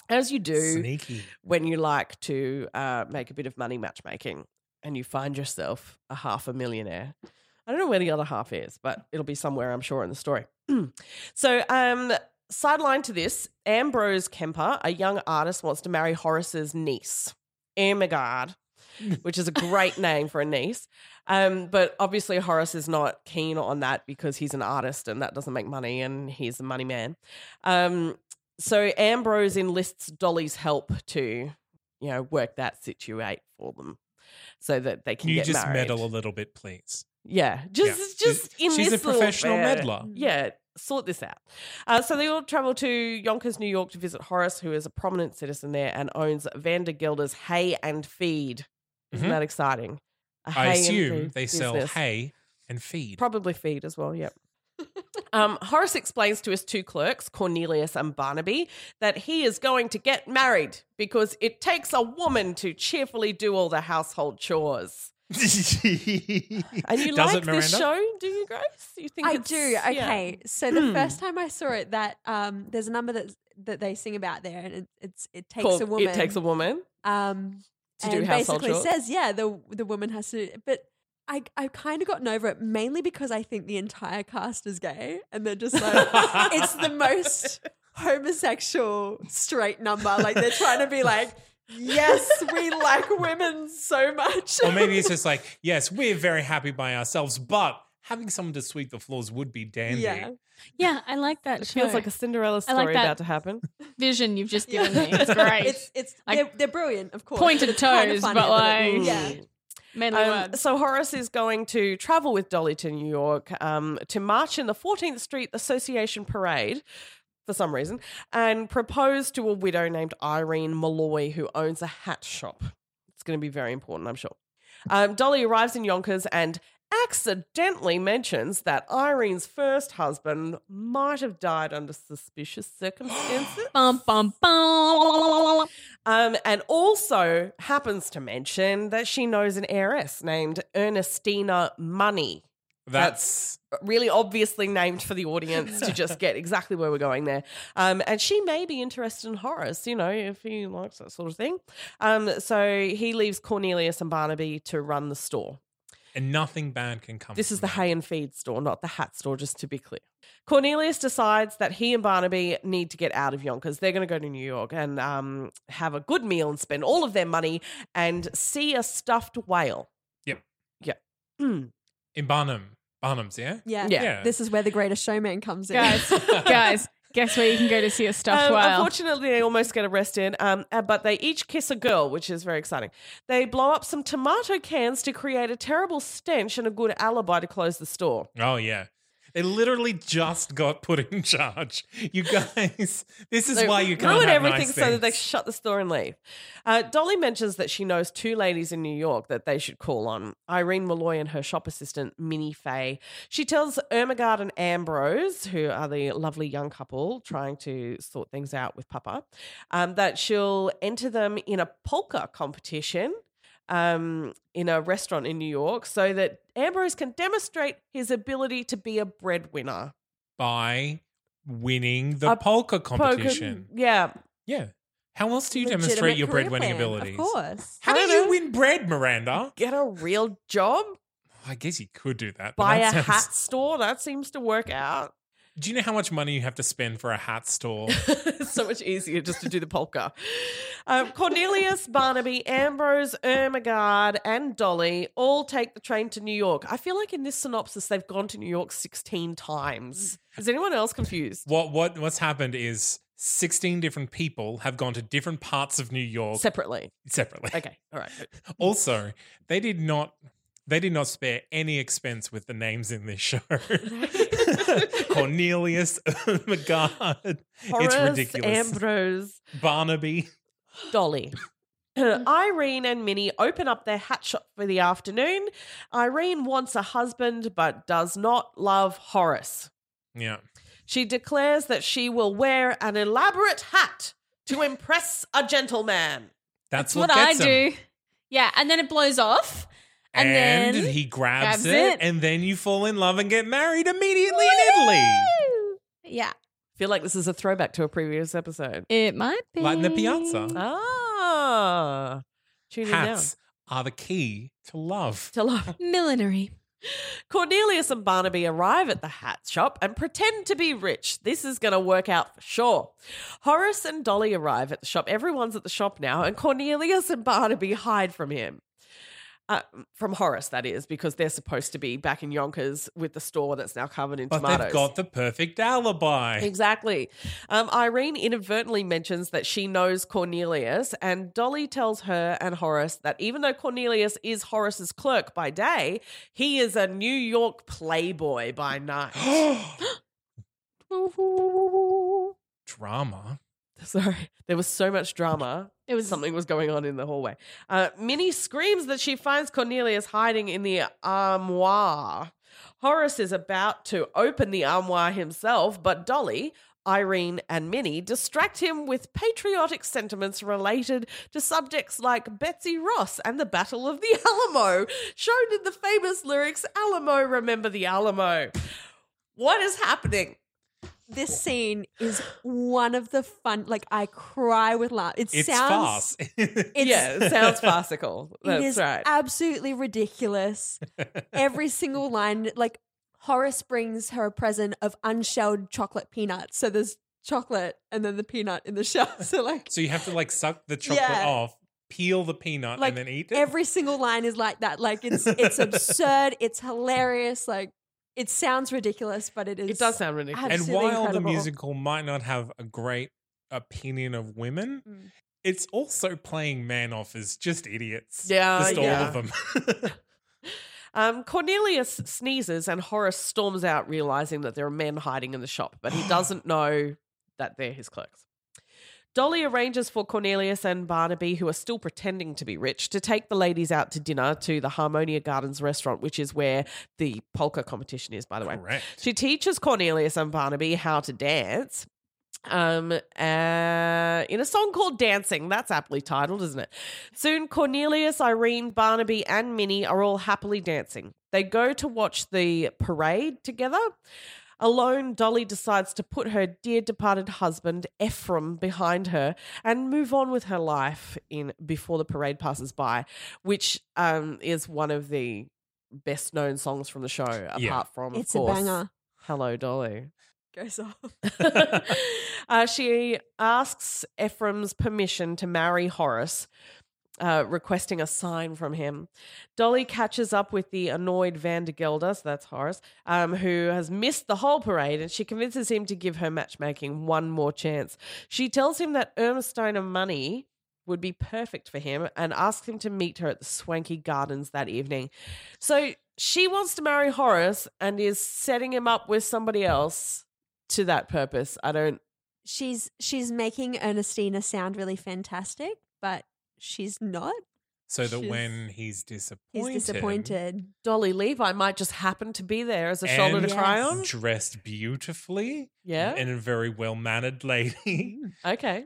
S2: as you do
S1: Sneaky.
S2: when you like to uh, make a bit of money matchmaking and you find yourself a half a millionaire. I don't know where the other half is, but it'll be somewhere, I'm sure, in the story. so, um, sideline to this Ambrose Kemper, a young artist, wants to marry Horace's niece, Ermengarde, which is a great name for a niece. Um, but obviously, Horace is not keen on that because he's an artist and that doesn't make money and he's a money man. Um, so Ambrose enlists Dolly's help to, you know, work that situate for them, so that they can
S1: Can you
S2: get
S1: just
S2: married.
S1: meddle a little bit, please?
S2: Yeah,
S1: Yeah.
S2: just just in
S1: She's- she's
S2: this
S1: a
S2: little
S1: professional
S2: bit.
S1: meddler.
S2: Yeah, sort this out. Uh, so they all travel to Yonkers, New York, to visit Horace, who is a prominent citizen there and owns Vander Gelder's Hay and Feed. Isn't
S1: Mhm.
S2: that exciting? A hay
S1: I
S2: and
S1: assume
S2: feed
S1: they sell
S2: business.
S1: hay and feed.
S2: Probably feed as well, yep. um, Horace explains to his two clerks, Cornelius and Barnaby, that he is going to get married because it takes a woman to cheerfully do all the household chores. And you
S1: Does
S2: like
S1: it,
S2: this
S1: Miranda?
S2: show, do you, Grace? You think
S4: I
S2: it's-
S4: do.
S2: yeah.
S4: Okay. So the
S2: Hmm.
S4: first time I saw it, that um, there's a number that that they sing about there, and it, it's it takes
S2: Called
S4: a woman.
S2: It takes a woman.
S4: um,
S2: to do
S4: and
S2: household
S4: basically
S2: chores.
S4: says, yeah, the the woman has to. But I I kind of gotten over it mainly because I think the entire cast is gay, and they're just like it's the most homosexual straight number. Like they're trying to be like, yes, we like women so much.
S1: or maybe it's just like, yes, we're very happy by ourselves, but having someone to sweep the floors would be dandy.
S4: yeah.
S3: yeah, I like that.
S2: It feels like a Cinderella
S3: I like
S2: story
S3: that.
S2: about to happen.
S3: vision you've just
S4: Yeah.
S3: given me. It's great.
S4: It's it's
S3: Like,
S4: they're, they're brilliant, of course.
S3: pointed
S4: It's kind of
S3: toes,
S4: funny,
S3: but
S4: it-
S3: like-
S4: yeah.
S3: Manly
S2: Um,
S3: words.
S2: so Horace is going to travel with Dolly to New York um, to march in the 14th Street Association Parade for some reason and propose to a widow named Irene Malloy who owns a hat shop. It's going to be very important, I'm sure. Um, Dolly arrives in Yonkers and accidentally mentions that Irene's first husband might have died under suspicious circumstances.
S3: Bum, bum, bum.
S2: Um, and also happens to mention that she knows an heiress named Ernestina Money.
S1: That's,
S2: Really obviously named for the audience to just get exactly where we're going there. Um, and she may be interested in Horace, you know, if he likes that sort of thing. Um, so he leaves Cornelius and Barnaby to run the store.
S1: and nothing bad can come.
S2: This is the
S1: from
S2: hay and feed store, not the hat store, just to be clear. Cornelius decides that he and Barnaby need to get out of Yonkers. They're going to go to New York and um, have a good meal and spend all of their money and see a stuffed whale.
S1: Yep.
S2: Yep. Mm.
S1: that. in Barnum. Barnum's, yeah?
S4: Yeah.
S2: Yeah.
S1: Yeah.
S4: This is where the greatest showman comes in.
S3: Guys, guys, guess where you can go to see a stuffed
S2: Um,
S3: whale?
S2: Unfortunately, they almost get arrested, um, uh, but they each kiss a girl, which is very exciting. They blow up some tomato cans to create a terrible stench and a good alibi to close the store.
S1: Oh, yeah. They literally just got put in charge. You guys, this is
S2: They
S1: why you can't
S2: ruin
S1: have
S2: everything
S1: nice
S2: so that they
S1: things.
S2: shut the store and leave. Uh, Dolly mentions that she knows two ladies in New York that they should call on Irene Malloy and her shop assistant, Minnie Fay. She tells Ermengarde and Ambrose, who are the lovely young couple trying to sort things out with Papa, um, that she'll enter them in a polka competition um, in a restaurant in New York so that Ambrose can demonstrate his ability to be a breadwinner.
S1: by winning the
S2: A
S1: polka
S2: Poker-
S1: competition.
S2: Yeah.
S1: Yeah. How else do you
S4: Legitimate
S1: demonstrate your
S4: career
S1: breadwinning
S4: plan,
S1: abilities?
S4: Of course.
S1: How do
S2: I don't
S1: you
S2: know.
S1: win bread, Miranda?
S2: Get a real job.
S1: I guess you could do that. but
S2: buy a
S1: that sounds-
S2: hat store. That seems to work out.
S1: Do you know how much money you have to spend for a hat store?
S2: it's so much easier just to do the polka. Um, Cornelius, Barnaby, Ambrose, Ermengarde, and Dolly all take the train to New York. I feel like in this synopsis, they've gone to New York 16 times. Is anyone else confused?
S1: what what what's happened is 16 different people have gone to different parts of New York
S2: separately.
S1: separately.
S2: Okay, all right.
S1: Also, they did not they did not spare any expense with the names in this show. Cornelius, oh my God,
S2: Horace,
S1: ridiculous.
S2: Ambrose,
S1: Barnaby.
S2: Dolly. Irene and Minnie open up their hat shop for the afternoon. Irene wants a husband but does not love Horace.
S1: Yeah.
S2: She declares that she will wear an elaborate hat to impress a gentleman.
S1: That's,
S3: what, I
S1: gets him.
S3: do. Yeah, and then it blows off, and,
S1: And,
S3: then
S1: he grabs,
S3: grabs
S1: it,
S3: it.
S1: and then you fall in love and get married immediately in Italy.
S3: yeah,
S2: feel like this is a throwback to a previous episode.
S3: it might be
S1: Like in the piazza.
S2: Ah. Tune in now.
S1: Hats are the key to love.
S2: To love.
S3: Millinery.
S2: Cornelius and Barnaby arrive at the hat shop and pretend to be rich. This is going to work out for sure. Horace and Dolly arrive at the shop. Everyone's at the shop now, and Cornelius and Barnaby hide from him. Uh, from Horace, that is, because they're supposed to be back in Yonkers with the store that's now covered in
S1: But
S2: tomatoes.
S1: they've got the perfect alibi.
S2: Exactly. Um, Irene inadvertently mentions that she knows Cornelius, and Dolly tells her and Horace that even though Cornelius is Horace's clerk by day, he is a New York playboy by night.
S1: Drama.
S2: Sorry, there was so much drama.
S3: It was
S2: Something was going on in the hallway. Uh, Minnie screams that she finds Cornelius hiding in the armoire. Horace is about to open the armoire himself, but Dolly, Irene, and Minnie distract him with patriotic sentiments related to subjects like Betsy Ross and the Battle of the Alamo, shown in the famous lyrics Alamo, remember the Alamo. What is happening?
S4: This scene is one of the fun. Like I cry with laugh. It
S1: It's
S4: sounds.
S1: fast.
S4: It's,
S2: yeah, it sounds farcical.
S4: it
S2: That's
S4: is
S2: right.
S4: absolutely ridiculous. Every single line, like Horace brings her a present of unshelled chocolate peanuts. So there's chocolate and then the peanut in the shell. So like
S1: so you have to like suck the chocolate
S4: Yeah.
S1: off, peel the peanut,
S4: Like,
S1: and then eat it.
S4: every single line is like that. Like it's it's absurd. It's hilarious. Like it sounds ridiculous, but it is.
S2: It does sound ridiculous.
S1: and
S4: absolutely
S1: while
S4: incredible.
S1: the musical might not have a great opinion of women,
S4: Mm.
S1: it's also playing man off as just idiots.
S2: Yeah,
S1: just
S2: yeah.
S1: all of them.
S2: Um, Cornelius sneezes and Horace storms out, realizing that there are men hiding in the shop, but he doesn't know that they're his clerks. Dolly arranges for Cornelius and Barnaby, who are still pretending to be rich, to take the ladies out to dinner to the Harmonia Gardens restaurant, which is where the polka competition is, by the way.
S1: Correct.
S2: She teaches Cornelius and Barnaby how to dance. Um, uh, in a song called Dancing, that's aptly titled, isn't it? Soon, Cornelius, Irene, Barnaby, and Minnie are all happily dancing. They go to watch the parade together. Alone, Dolly decides to put her dear departed husband, Ephraim, behind her and move on with her life in before the parade passes by, which um, is one of the best known songs from the show, apart
S1: Yeah.
S2: from, of
S4: It's
S2: course,
S4: a banger.
S2: Hello, Dolly.
S4: Goes off.
S2: uh, she asks Ephraim's permission to marry Horace, uh, requesting a sign from him. Dolly catches up with the annoyed Vandergelder, so that's Horace, um, who has missed the whole parade, and she convinces him to give her matchmaking one more chance. She tells him that Ermestine of Money would be perfect for him and asks him to meet her at the Swanky Gardens that evening. So she wants to marry Horace and is setting him up with somebody else to that purpose. I don't.
S4: She's she's making Ernestina sound really fantastic, but she's not.
S1: so that
S4: She's-
S1: when he's disappointed,
S4: He's disappointed.
S2: Dolly Levi might just happen to be there as a shoulder
S1: and
S2: to cry on.
S1: dressed beautifully,
S2: Yeah.
S1: and a very well mannered lady.
S2: Okay.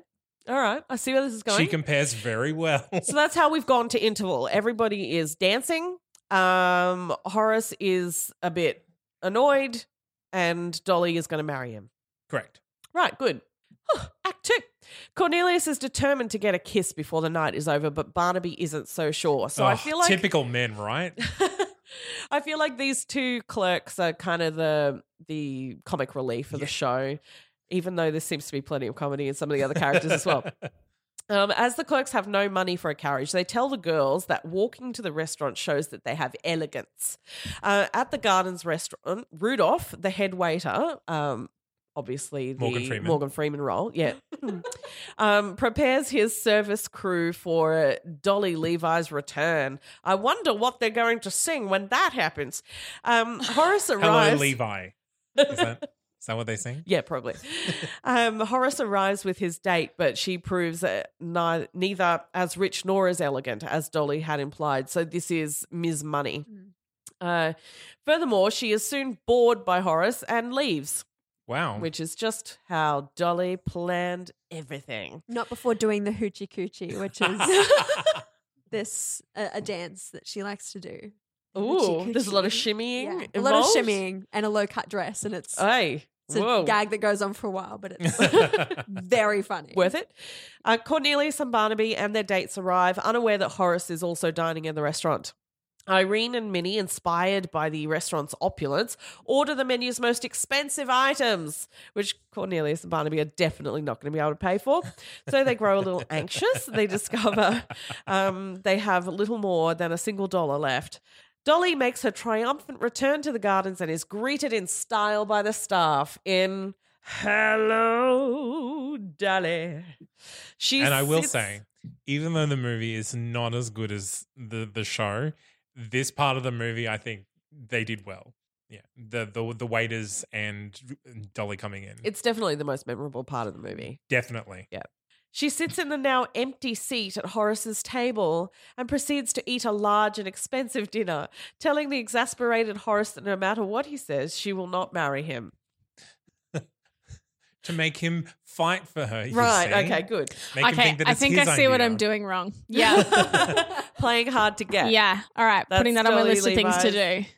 S2: All right. I see where this is going.
S1: She compares very well.
S2: so that's how we've gone to interval. Everybody is dancing. Um, Horace is a bit annoyed, and Dolly is going to marry him.
S1: Correct.
S2: Right, good. Whew, act two. Cornelius is determined to get a kiss before the night is over, but Barnaby isn't so sure. So I
S1: Ugh,
S2: feel like
S1: typical men, right?
S2: I feel like these two clerks are kind of the the comic relief of the show, even though there seems to be plenty of comedy in some of the other characters as well. Um, as the clerks have no money for a carriage, they tell the girls that walking to the restaurant shows that they have elegance. Uh, at the gardens restaurant, Rudolph, the head waiter, um, obviously the
S1: Morgan Freeman.
S2: Morgan Freeman role. Yeah. um, prepares his service crew for Dolly Levi's return. I wonder what they're going to sing when that happens. Um, Horace
S1: Hello,
S2: arrives.
S1: Levi. Is that, is that what they sing?
S2: Yeah, probably. um, Horace arrives with his date, but she proves that ni- neither as rich nor as elegant as Dolly had implied. So this is Ms. Money.
S1: Hmm.
S2: Uh, furthermore, she is soon bored by Horace and leaves,
S1: Wow.
S2: which is just how Dolly planned everything.
S4: Not before doing the hoochie coochie, which is this a, a dance that she likes to do.
S2: Ooh, there's a lot of
S4: Hoochie-coochie.
S2: shimmying.
S4: Yeah,
S2: Involved.
S4: a lot of shimmying and a low cut dress, and it's,
S2: Hey,
S4: it's
S2: whoa.
S4: a gag that goes on for a while, but it's very funny.
S2: Worth it. Uh, Cornelius and Barnaby and their dates arrive, unaware that Horace is also dining in the restaurant. Irene and Minnie, inspired by the restaurant's opulence, order the menu's most expensive items, which Cornelius and Barnaby are definitely not going to be able to pay for. So they grow a little anxious. They discover um, they have little more than a single dollar left. Dolly makes her triumphant return to the gardens and is greeted in style by the staff in Hello, Dolly. She
S1: and I will
S2: sits-
S1: say, even though the movie is not as good as the the show, this part of the movie I think they did well. Yeah, the the the waiters and Dolly coming in.
S2: it's definitely the most memorable part of the movie.
S1: definitely.
S2: She sits in the now empty seat at Horace's table and proceeds to eat a large and expensive dinner, telling the exasperated Horace that no matter what he says, she will not marry him.
S1: To make him fight for her. you
S2: right,
S1: see?
S2: okay, good.
S1: Make him
S3: okay,
S1: think that
S3: I
S1: it's
S3: think I
S1: his
S3: see what
S1: idea.
S3: I'm doing wrong. Yeah.
S2: Playing hard to get.
S3: yeah. All right.
S2: That's
S3: Putting that on my
S2: Dolly
S3: list of things to
S2: Levi's.
S3: do.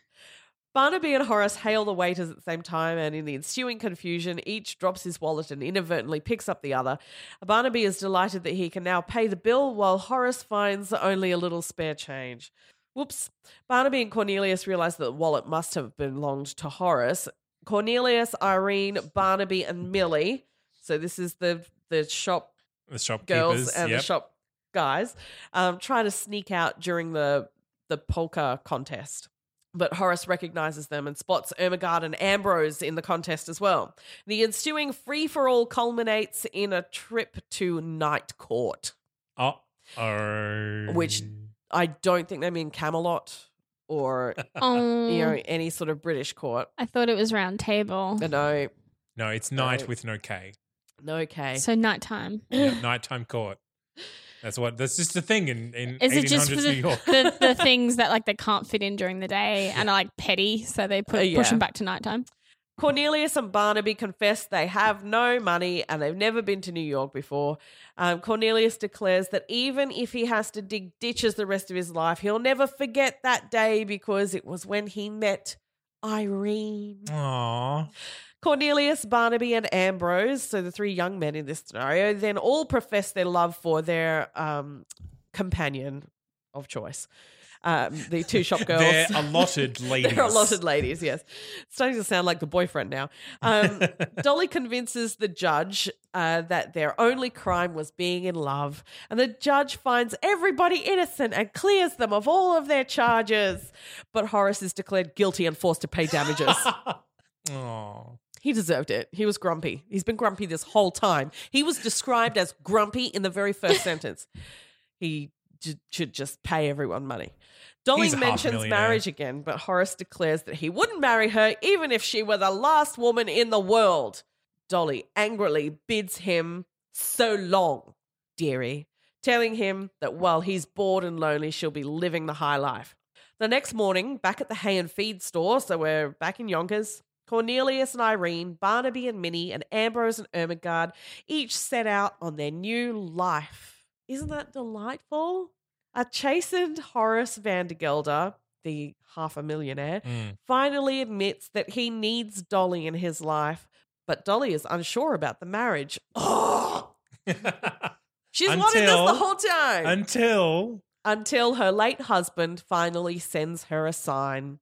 S2: Barnaby and Horace hail the waiters at the same time, and in the ensuing confusion, each drops his wallet and inadvertently picks up the other. Barnaby is delighted that he can now pay the bill, while Horace finds only a little spare change. Whoops. Barnaby and Cornelius realize that the wallet must have belonged to Horace. Cornelius, Irene, Barnaby, and Millie. So this is the the shop
S1: The shopkeepers
S2: girls and
S1: yep.
S2: the shop guys um, try to sneak out during the the polka contest. But Horace recognizes them and spots Ermengarde and Ambrose in the contest as well. The ensuing free for all culminates in a trip to Night Court.
S1: Oh, oh.
S2: Which- I don't think they mean Camelot or
S3: Oh,
S2: you know any sort of British court.
S3: I thought it was round table.
S2: Uh, No,
S1: no, it's night
S2: No.
S1: with no K.
S2: no, K.
S3: So nighttime.
S1: Yeah, nighttime court. That's what. That's just a thing in in
S3: Is it
S1: eighteen
S3: just for
S1: hundreds New
S3: the,
S1: York.
S3: the, the things that like they can't fit in during the day and are like petty, so they put,
S2: Uh, yeah.
S3: push them back to nighttime?
S2: Cornelius and Barnaby confess they have no money and they've never been to New York before. Um, Cornelius declares that even if he has to dig ditches the rest of his life, he'll never forget that day because it was when he met Irene.
S1: Aww.
S2: Cornelius, Barnaby, and Ambrose, so the three young men in this scenario, then all profess their love for their um, companion of choice, um, the two shop girls.
S1: They're allotted ladies.
S2: They're allotted ladies, yes. It's starting to sound like the boyfriend now. Um, Dolly convinces the judge uh, that their only crime was being in love, and the judge finds everybody innocent and clears them of all of their charges. But Horace is declared guilty and forced to pay damages.
S1: Aww.
S2: he deserved it. He was grumpy. He's been grumpy this whole time. He was described as grumpy in the very first sentence. He j- should just pay everyone money. Dolly
S1: He's a half
S2: mentions
S1: millionaire.
S2: marriage again, but Horace declares that he wouldn't marry her even if she were the last woman in the world. Dolly angrily bids him so long, dearie, telling him that while he's bored and lonely, she'll be living the high life. The next morning, back at the hay and feed store, so we're back in Yonkers, Cornelius and Irene, Barnaby and Minnie, and Ambrose and Ermengarde each set out on their new life. Isn't that delightful? A chastened Horace Vandergelder, the half a millionaire,
S1: Mm.
S2: finally admits that he needs Dolly in his life, but Dolly is unsure about the marriage. Oh, she's wanted this
S1: Until-
S2: the whole time.
S1: Until
S2: until her late husband finally sends her a sign.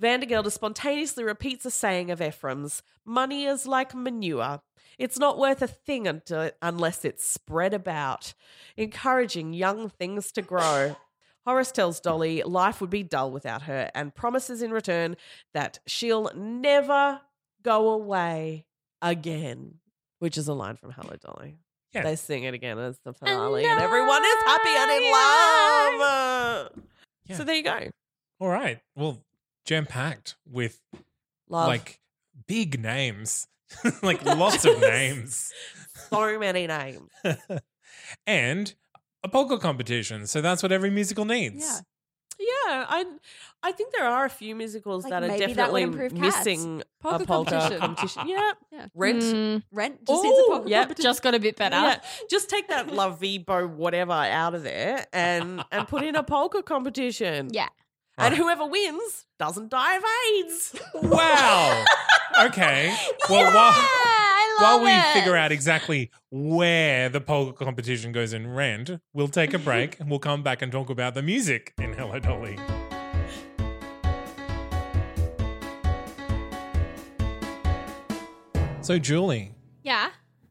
S2: Vandergelder spontaneously repeats a saying of Ephraim's Money is like manure. It's not worth a thing until, unless it's spread about, encouraging young things to grow. Horace tells Dolly life would be dull without her and promises in return that she'll never go away. again, which is a line from Hello Dolly.
S1: Yeah.
S2: They sing it again as the
S3: And
S2: finale, and, everyone is happy and in
S3: I-
S2: love.
S1: Yeah.
S2: So there you go.
S1: All right. Well, jam packed with
S2: Love.
S1: like big names, like lots of names.
S2: so many names.
S1: and a poker competition. So that's what every musical needs.
S4: Yeah.
S2: Yeah, I I think there are a few musicals
S4: Like,
S2: that are
S4: maybe that would
S2: definitely
S4: improve cats.
S2: missing
S3: Polka
S2: a polka
S3: competition.
S2: competition. Yeah,
S4: Yeah.
S2: rent.
S3: Mm,
S4: Rent just needs a
S2: Ooh,
S4: pocket
S2: yep,
S4: competition.
S3: just got a bit better.
S2: Yeah, just take that La Vibo whatever out of there and and put in a polka competition.
S3: Yeah.
S2: And whoever wins doesn't die of AIDS.
S1: Wow. okay. Well,
S3: Yeah,
S1: while,
S3: I
S1: while
S3: love
S1: we
S3: it.
S1: figure out exactly where the polka competition goes in Rent, we'll take a break and we'll come back and talk about the music in Hello Dolly. So, Julie,
S3: Yeah.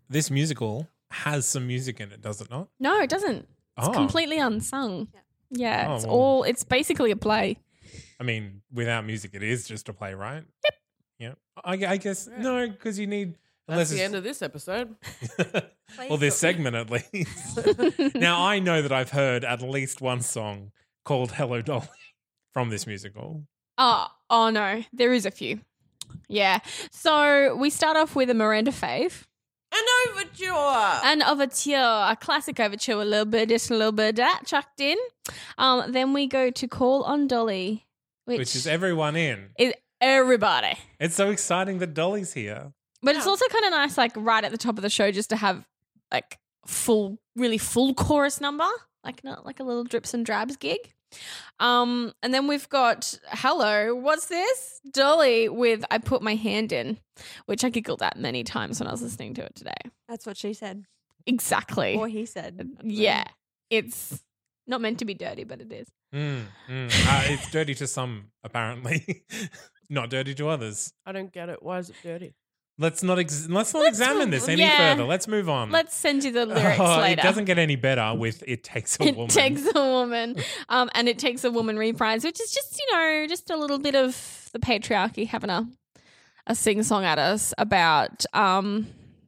S1: this musical has some music in it, does it not?
S3: No, it doesn't. It's
S1: Oh.
S3: completely unsung. Yeah,
S1: Oh,
S3: it's
S1: well.
S3: all. It's basically a play.
S1: I mean, without music, it is just a play, right? Yep. Yeah. I, I guess no, because you need
S2: That's
S1: unless
S2: the
S1: it's,
S2: end of this episode.
S1: well, this segment at least. now I know that I've heard at least one song called "Hello Dolly" from this musical.
S3: Oh, oh no, there is a few. Yeah. So we start off with a Miranda fave,
S2: An overture.
S3: an overture, a classic overture, a little bit, just a little bit of that chucked in. Um, then we go to Call on Dolly, which,
S1: Which, is everyone in.
S3: is everybody.
S1: It's so exciting that Dolly's here.
S3: But it's
S2: Yeah.
S3: also kind of nice, like right at the top of the show, just to have like full, really full chorus number, like not like a little drips and drabs gig. Um, and then we've got hello, what's this? Dolly with I put my hand in, which I giggled at many times when I was listening to it today.
S4: That's what she said.
S3: Exactly.
S4: Or he said.
S3: yeah, it's not meant to be dirty, but it is.
S1: Mm, mm. Uh, it's dirty to some, apparently, not dirty to others.
S2: I don't get it. Why is it dirty?
S1: Let's not ex- let's not
S3: Let's
S1: examine
S3: move-
S1: this any
S3: yeah.
S1: further. Let's move on.
S3: Let's send you the lyrics
S1: Um, Oh,
S3: later.
S1: It doesn't get any better with "It Takes a
S3: it
S1: Woman."
S3: takes a woman um, and it takes a woman reprise which is just you know just a little bit of the patriarchy having a a sing song at us about um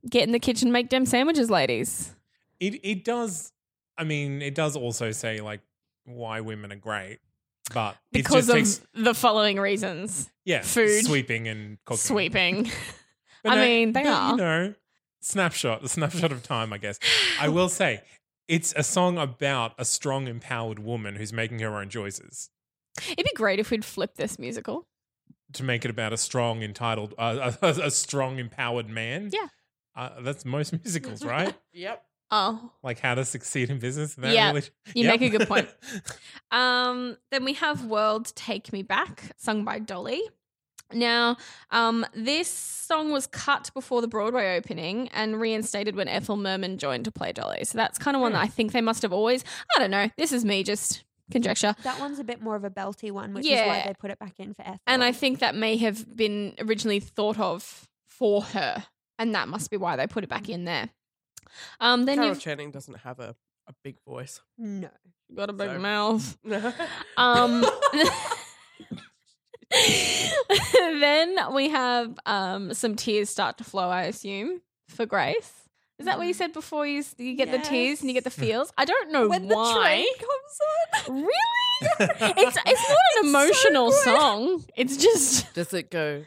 S3: get in the kitchen make them sandwiches ladies
S1: It it does. I mean, it does also say like why women are great, but
S3: because
S1: it
S3: of
S1: just takes
S3: the following reasons
S1: yeah
S3: food.
S1: sweeping and cooking.
S3: sweeping
S1: But
S3: I mean, they
S1: but,
S3: are.
S1: You know, snapshot, a snapshot of time, I guess. I will say, it's a song about a strong, empowered woman who's making her own choices.
S3: it'd be great if we'd flip this musical
S1: To make it about a strong, entitled, uh, a, a strong, empowered man.
S3: Yeah.
S1: Uh, that's most musicals, right?
S2: Yep.
S3: oh
S1: like how to succeed in business. That
S3: Yeah,
S1: really-
S3: you
S1: Yep.
S3: make a good point. Um, then we have World Take Me Back, sung by Dolly. Now, um, this song was cut before the Broadway opening and reinstated when Ethel Merman joined to play Dolly. So that's kind of one that I think they must have always, I don't know, this is me just conjecture.
S4: That one's a bit more of a belty one, which is
S3: Yeah.
S4: why they put it back in for Ethel.
S3: And I think that may have been originally thought of for her. And that must be why they put it back in there. Um, then
S2: Carol
S3: you've
S2: Channing doesn't have a, a big voice.
S4: no.
S3: got a big
S2: Sorry.
S3: mouth.
S2: That's
S3: Um, then we have um, some tears start to flow, I assume, for Grace. Is that what you said before? You, s- you get the tears and you get the
S4: Mm-hmm. Yes.
S3: feels? I don't know
S4: when the
S3: why.
S4: train comes on.
S3: really? It's, it's not an emotional song. It's just.
S2: Does it go?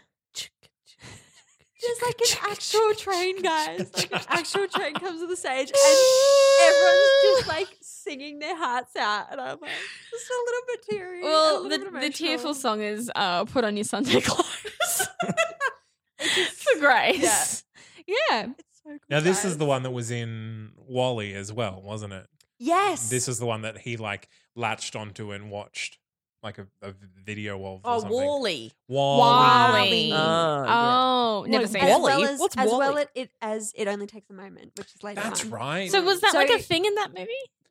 S4: There's like an actual train, guys. Like an actual train comes to the stage and everyone's just like singing their hearts out. And I'm like, just a little bit teary. a
S3: Well,
S4: little
S3: the,
S4: bit
S3: the tearful
S4: emotional.
S3: song is uh, Put On Your Sunday Clothes for Grace. yeah.
S4: It's so good,
S1: Now this is
S4: guys.
S1: the one that was in Wally as well, wasn't it?
S4: Yes.
S1: This is the one that he like latched onto and watched like a, a video of. Or
S2: Oh,
S1: something.
S2: Wally.
S1: Wally.
S3: Wally.
S4: Wally.
S2: Oh, yeah.
S3: Oh, never
S2: Like
S3: seen
S4: as
S3: it.
S2: Wally?
S4: well as,
S2: What's
S4: as well
S2: Wally?
S4: it, it as it only takes a moment, which is later.
S1: That's
S4: on.
S1: right.
S3: So was that like a
S4: So-
S3: thing in that movie?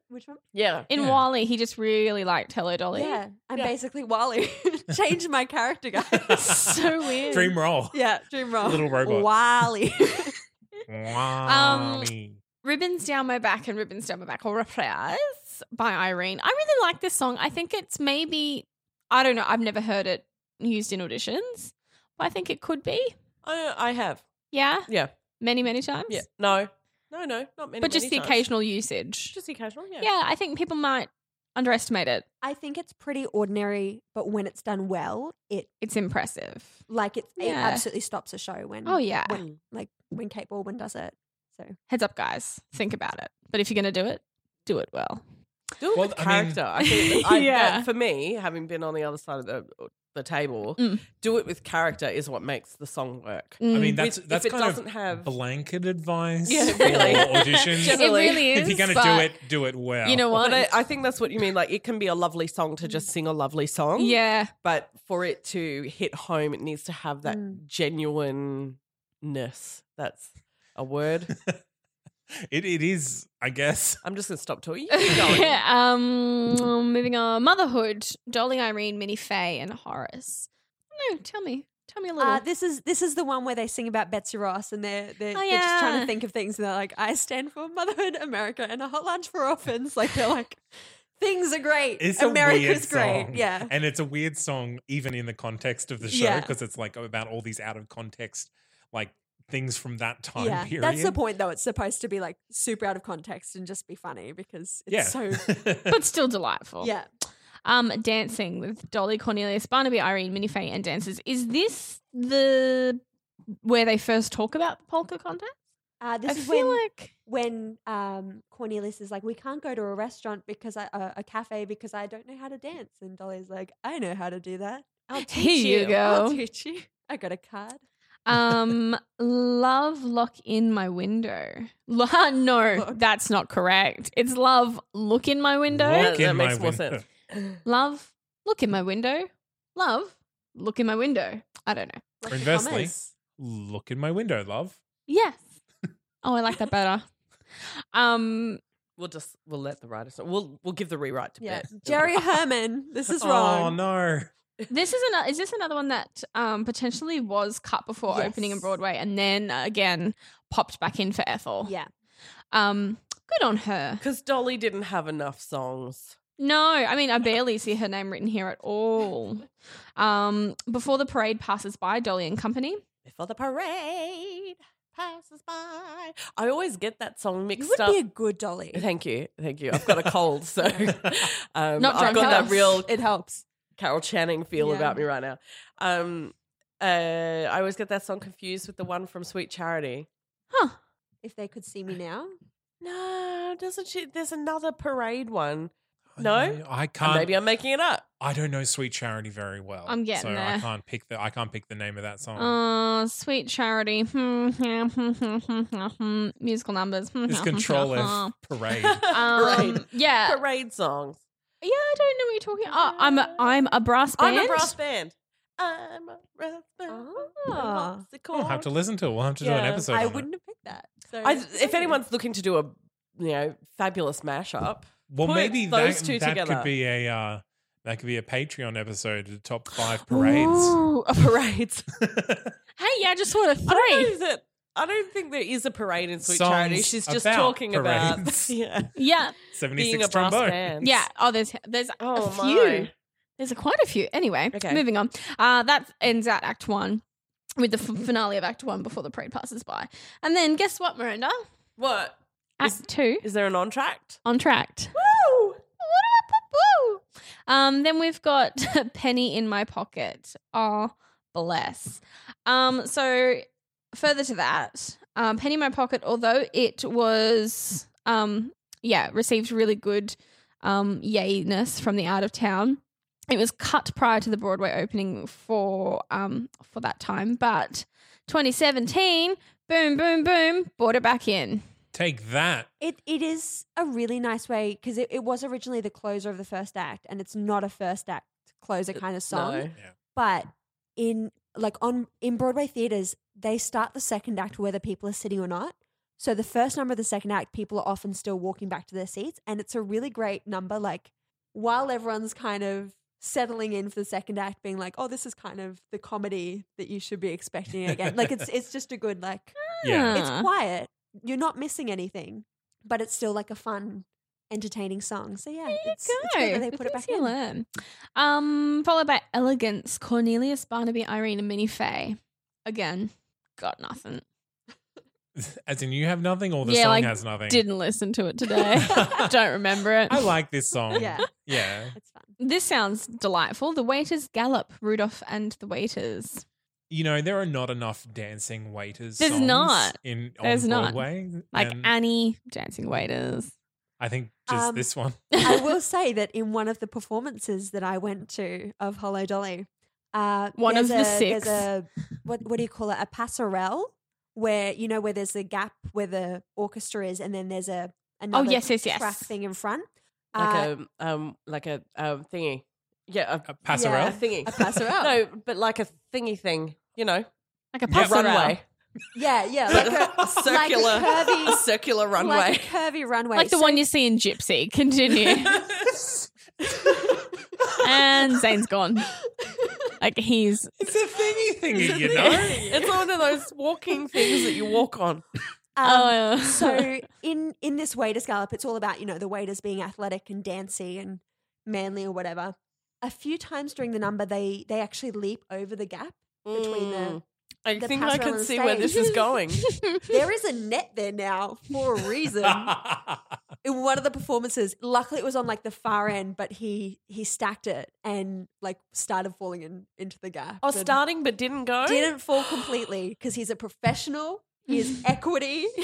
S4: Which one?
S2: Yeah.
S3: In
S1: Yeah.
S3: Wally, he just really liked Hello Dolly.
S4: Yeah, I'm
S2: Yeah.
S4: basically Wally. Change my character, guys.
S3: so weird.
S1: Dream roll.
S4: yeah, dream role.
S1: Little robot.
S4: Wally. Um,
S1: Wally.
S3: Ribbons Down My Back and Ribbons Down My Back or Reprise by Irene. I really like this song. I think it's maybe I don't know, I've never heard it used in auditions, but I think it could be.
S2: I, I have.
S3: Yeah,
S2: Yeah.
S3: many many times.
S2: Yeah. No. No, no, not many.
S3: but just
S2: many
S3: the
S2: times.
S3: occasional usage.
S2: Just the occasional, yeah.
S3: yeah. I think people might underestimate it.
S4: I think it's pretty ordinary, but when it's done well, it
S3: It's impressive.
S4: like it, it
S3: Yeah.
S4: absolutely stops a show when
S3: Oh yeah,
S4: when- like when Kate Baldwin does it. So
S3: heads up, guys. Think about it. But if you're gonna do it, do it well.
S2: Do it
S1: Well,
S2: with
S1: I mean-
S2: character. I think I,
S3: Yeah.
S2: that for me, having been on the other side of the, the table,
S3: Mm.
S2: do it with character is what makes the song work.
S3: Mm.
S1: I mean, that's
S2: With-
S1: that's
S2: if it
S1: kind
S2: doesn't
S1: of
S2: have-
S1: blanket advice
S2: Yeah,
S1: for
S2: really.
S1: auditions.
S3: it
S2: Generally.
S3: really is.
S1: if you're going to do
S3: but
S1: it, do it well.
S3: you know what? Mm.
S2: But I, I think that's what you mean. Like, it can be a lovely song to just sing a lovely song.
S3: yeah,
S2: But for it to hit home, it needs to have that
S4: Mm.
S2: genuineness. That's a word.
S1: it it is, I guess.
S2: I'm just going to stop talking. You keep going.
S3: yeah. Um, moving on. Motherhood. Dolly, Irene, Minnie, Faye, and Horace. No, tell me. Tell me a little.
S4: uh, this is this is the one where they sing about Betsy Ross and they're they're,
S3: Oh,
S4: they're just trying
S3: yeah.
S4: to think of things and they're like, I stand for motherhood, America, and a hot lunch for orphans. Like they're like, things are great.
S1: It's a weird
S4: America's great.
S1: song.
S4: Yeah.
S1: And it's a weird song even in the context of the show
S4: Yeah.
S1: because it's like about all these out of context like things from that time
S4: Yeah.
S1: period.
S4: That's the point though. It's supposed to be like super out of context and just be funny because it's
S1: Yeah.
S4: so
S3: but still delightful.
S4: Yeah.
S3: Um, dancing with Dolly, Cornelius, Barnaby, Irene, Minnie, Faye, and dancers. Is this the where they first talk about the polka contest?
S4: Uh, this
S3: I
S4: is
S3: feel
S4: when
S3: like
S4: when um, Cornelius is like, we can't go to a restaurant because I uh, a cafe because I don't know how to dance, and Dolly's like, I know how to do that. I'll teach
S3: Here you
S4: I'll
S3: go."
S4: teach you. I got a card.
S3: um, love lock in my window. Lo- no,
S4: Look.
S3: that's not correct. It's love look in my window.
S1: Look
S2: That, that
S1: in my
S2: makes more
S1: window.
S2: sense.
S3: Love look in my window. Love look in my window. I don't know.
S4: Like
S1: Or
S4: the
S1: inversely.
S4: commas.
S1: Look in my window, love.
S3: Yes. Oh, I like that better. Um,
S2: We'll just we'll let the writers. know. We'll we'll give the rewrite to
S4: yeah,
S2: Bet.
S4: Jerry Herman. This is
S1: Oh
S4: wrong.
S1: no.
S3: This is another. Is this another one that um, potentially was cut before opening in
S4: Yes.
S3: Broadway, and then uh, again popped back in for Ethel?
S4: Yeah,
S3: Um, good on her.
S2: Because Dolly didn't have enough songs.
S3: No, I mean I barely see her name written here at all. Um, before the parade passes by, Dolly and company.
S2: Before the parade passes by. I always get that song
S4: you
S2: mixed
S4: would
S2: up.
S4: be a good Dolly.
S2: Thank you. Thank you. I've got a cold, so um,
S3: Not
S2: I've
S3: drunk
S2: got that
S3: us.
S2: real
S4: It helps.
S2: Carol Channing feel
S4: Yeah.
S2: about me right now. Um, uh, I always get that song confused with the one from Sweet Charity.
S3: Huh.
S4: If they could see me now,
S2: No, doesn't she? There's another parade one. No?
S1: I
S2: And
S1: can't.
S2: Maybe I'm making it up.
S1: I don't know Sweet Charity very well.
S3: I'm getting
S1: so I
S3: there.
S1: can't pick the I can't pick the name of that song.
S3: Oh, sweet charity. Hmm, hmm, hmm, hmm, hmm, hmm, hmm. Musical numbers. Hmm,
S1: it's
S3: hmm, hmm,
S1: Control
S3: hmm,
S1: F Parade.
S3: hmm. Um,
S2: parade.
S4: uh,
S3: yeah,
S2: Parade songs.
S3: yeah. I don't know what you're talking. Oh, I'm a, I'm a brass band.
S2: I'm a brass band. I'm a brass band.
S4: Ah.
S2: What's it
S1: We'll have
S2: called?
S1: to listen to it. We'll have to do an
S2: Yeah,
S1: episode. on
S4: I
S1: it.
S4: wouldn't have picked that. So
S2: I,
S4: it's
S2: if
S4: so-
S2: anyone's looking to do a you know fabulous mashup,
S1: Well,
S2: put
S1: maybe
S2: those
S1: that,
S2: two
S1: that
S2: together.
S1: could be a uh, that could be a Patreon episode. The top five parades.
S3: Ooh, a
S2: parades.
S3: Hey, yeah, I just saw a
S2: I don't
S3: three.
S2: know that. I don't think there is a parade in Sweet
S1: Songs
S2: Charity. She's just
S1: about
S2: talking
S1: parades.
S2: about yeah,
S3: Yeah,
S1: Seventy
S2: being a
S1: six
S2: brass
S1: trombone.
S2: band.
S3: yeah. Oh, there's there's
S2: Oh
S3: a few.
S2: my.
S3: There's a, quite a few. Anyway,
S2: Okay.
S3: moving on. Uh, that ends at Act One, with the f- finale of Act One before the parade passes by, and then guess what, Miranda?
S2: What
S3: Act Two
S2: is there an entr'acte?
S3: on track.
S2: Woo!
S3: Woo! Um, then we've got Penny in my pocket. Oh, bless. Um, so further to that, um, Penny in my pocket, although it was, um, yeah, received really good um, yayness from the out of town. It was cut prior to the Broadway opening for um, for that time, but 2017, boom, boom, boom, brought it back in.
S1: Take that.
S4: It it is a really nice way because it, it was originally the closer of the first act, and it's not a first act closer kind of song.
S2: No.
S4: But in like on in Broadway theaters, they start the second act whether people are sitting or not. So the first number of the second act, people are often still walking back to their seats, and it's a really great number. Like while everyone's kind of settling in for the second act, being like, "Oh, this is kind of the comedy that you should be expecting again." like it's it's just a good like
S1: Yeah.
S4: it's
S3: Ah.
S4: quiet. You're not missing anything, but it's still like a fun, entertaining song. So yeah,
S3: There you
S4: it's, it's great that they
S3: The
S4: put it
S3: things
S4: back
S3: you
S4: in.
S3: learn. Um, followed by Elegance, Cornelius, Barnaby, Irene, and Minnie Faye. Again, got nothing.
S1: As in, you have nothing, or the
S3: Yeah,
S1: song
S3: like,
S1: has nothing.
S3: Didn't listen to it today. Don't remember it.
S1: I like this song.
S4: Yeah.
S1: Yeah.
S4: It's fun.
S3: This sounds delightful. The waiters gallop, Rudolph and the waiters.
S1: You know, there are not enough dancing waiters.
S3: There's
S1: songs
S3: not.
S1: in on
S3: There's not.
S1: Broadway.
S3: Like
S1: and
S3: Annie, dancing waiters.
S1: I think just
S4: Um,
S1: this one.
S4: I will say that in one of the performances that I went to of Hollow Dolly, uh,
S3: One of
S4: there's
S3: the
S4: a-
S3: six.
S4: There's a what, what do you call it? A passerelle where you know where there's a gap where the orchestra is, and then there's a another
S3: Oh, yes, yes, yes.
S4: track thing in front.
S3: Uh,
S4: Uh,
S2: like a um like a um thingy. Yeah,
S1: A
S2: a, a
S1: uh, passerelle.
S2: thingy.
S4: a passerelle.
S2: no, but like a thingy thing, you know,
S3: Like a
S1: Yeah.
S3: passerelle.
S2: runway.
S4: yeah, yeah, like a,
S2: circular
S4: like
S2: a
S4: a curvy
S2: circular
S4: like
S2: runway.
S4: a curvy runway,
S3: Like the
S4: So-
S3: one you see in Gypsy. Continue. and Zane's gone. Like he's
S1: It's a thingy
S2: It's
S1: thingy,
S2: a
S1: you
S2: thingy.
S1: know?
S2: It's one of those walking things that you walk on.
S4: Um,
S3: oh,
S4: so in in this waiters gallop, it's all about you know the waiters being athletic and dancy and manly or whatever. A few times during the number, they they actually leap over the gap between
S2: I
S4: the. Mm. the
S2: think I
S4: passerelle
S2: can
S4: and the
S2: see where this
S4: stage.
S2: is going.
S4: There is a net there now for a reason. in one of the performances, luckily it was on like the far end, but he he stacked it and like started falling in, into the gap.
S2: Oh,
S4: and
S2: starting but didn't go.
S4: didn't fall completely because he's a professional. He is equity.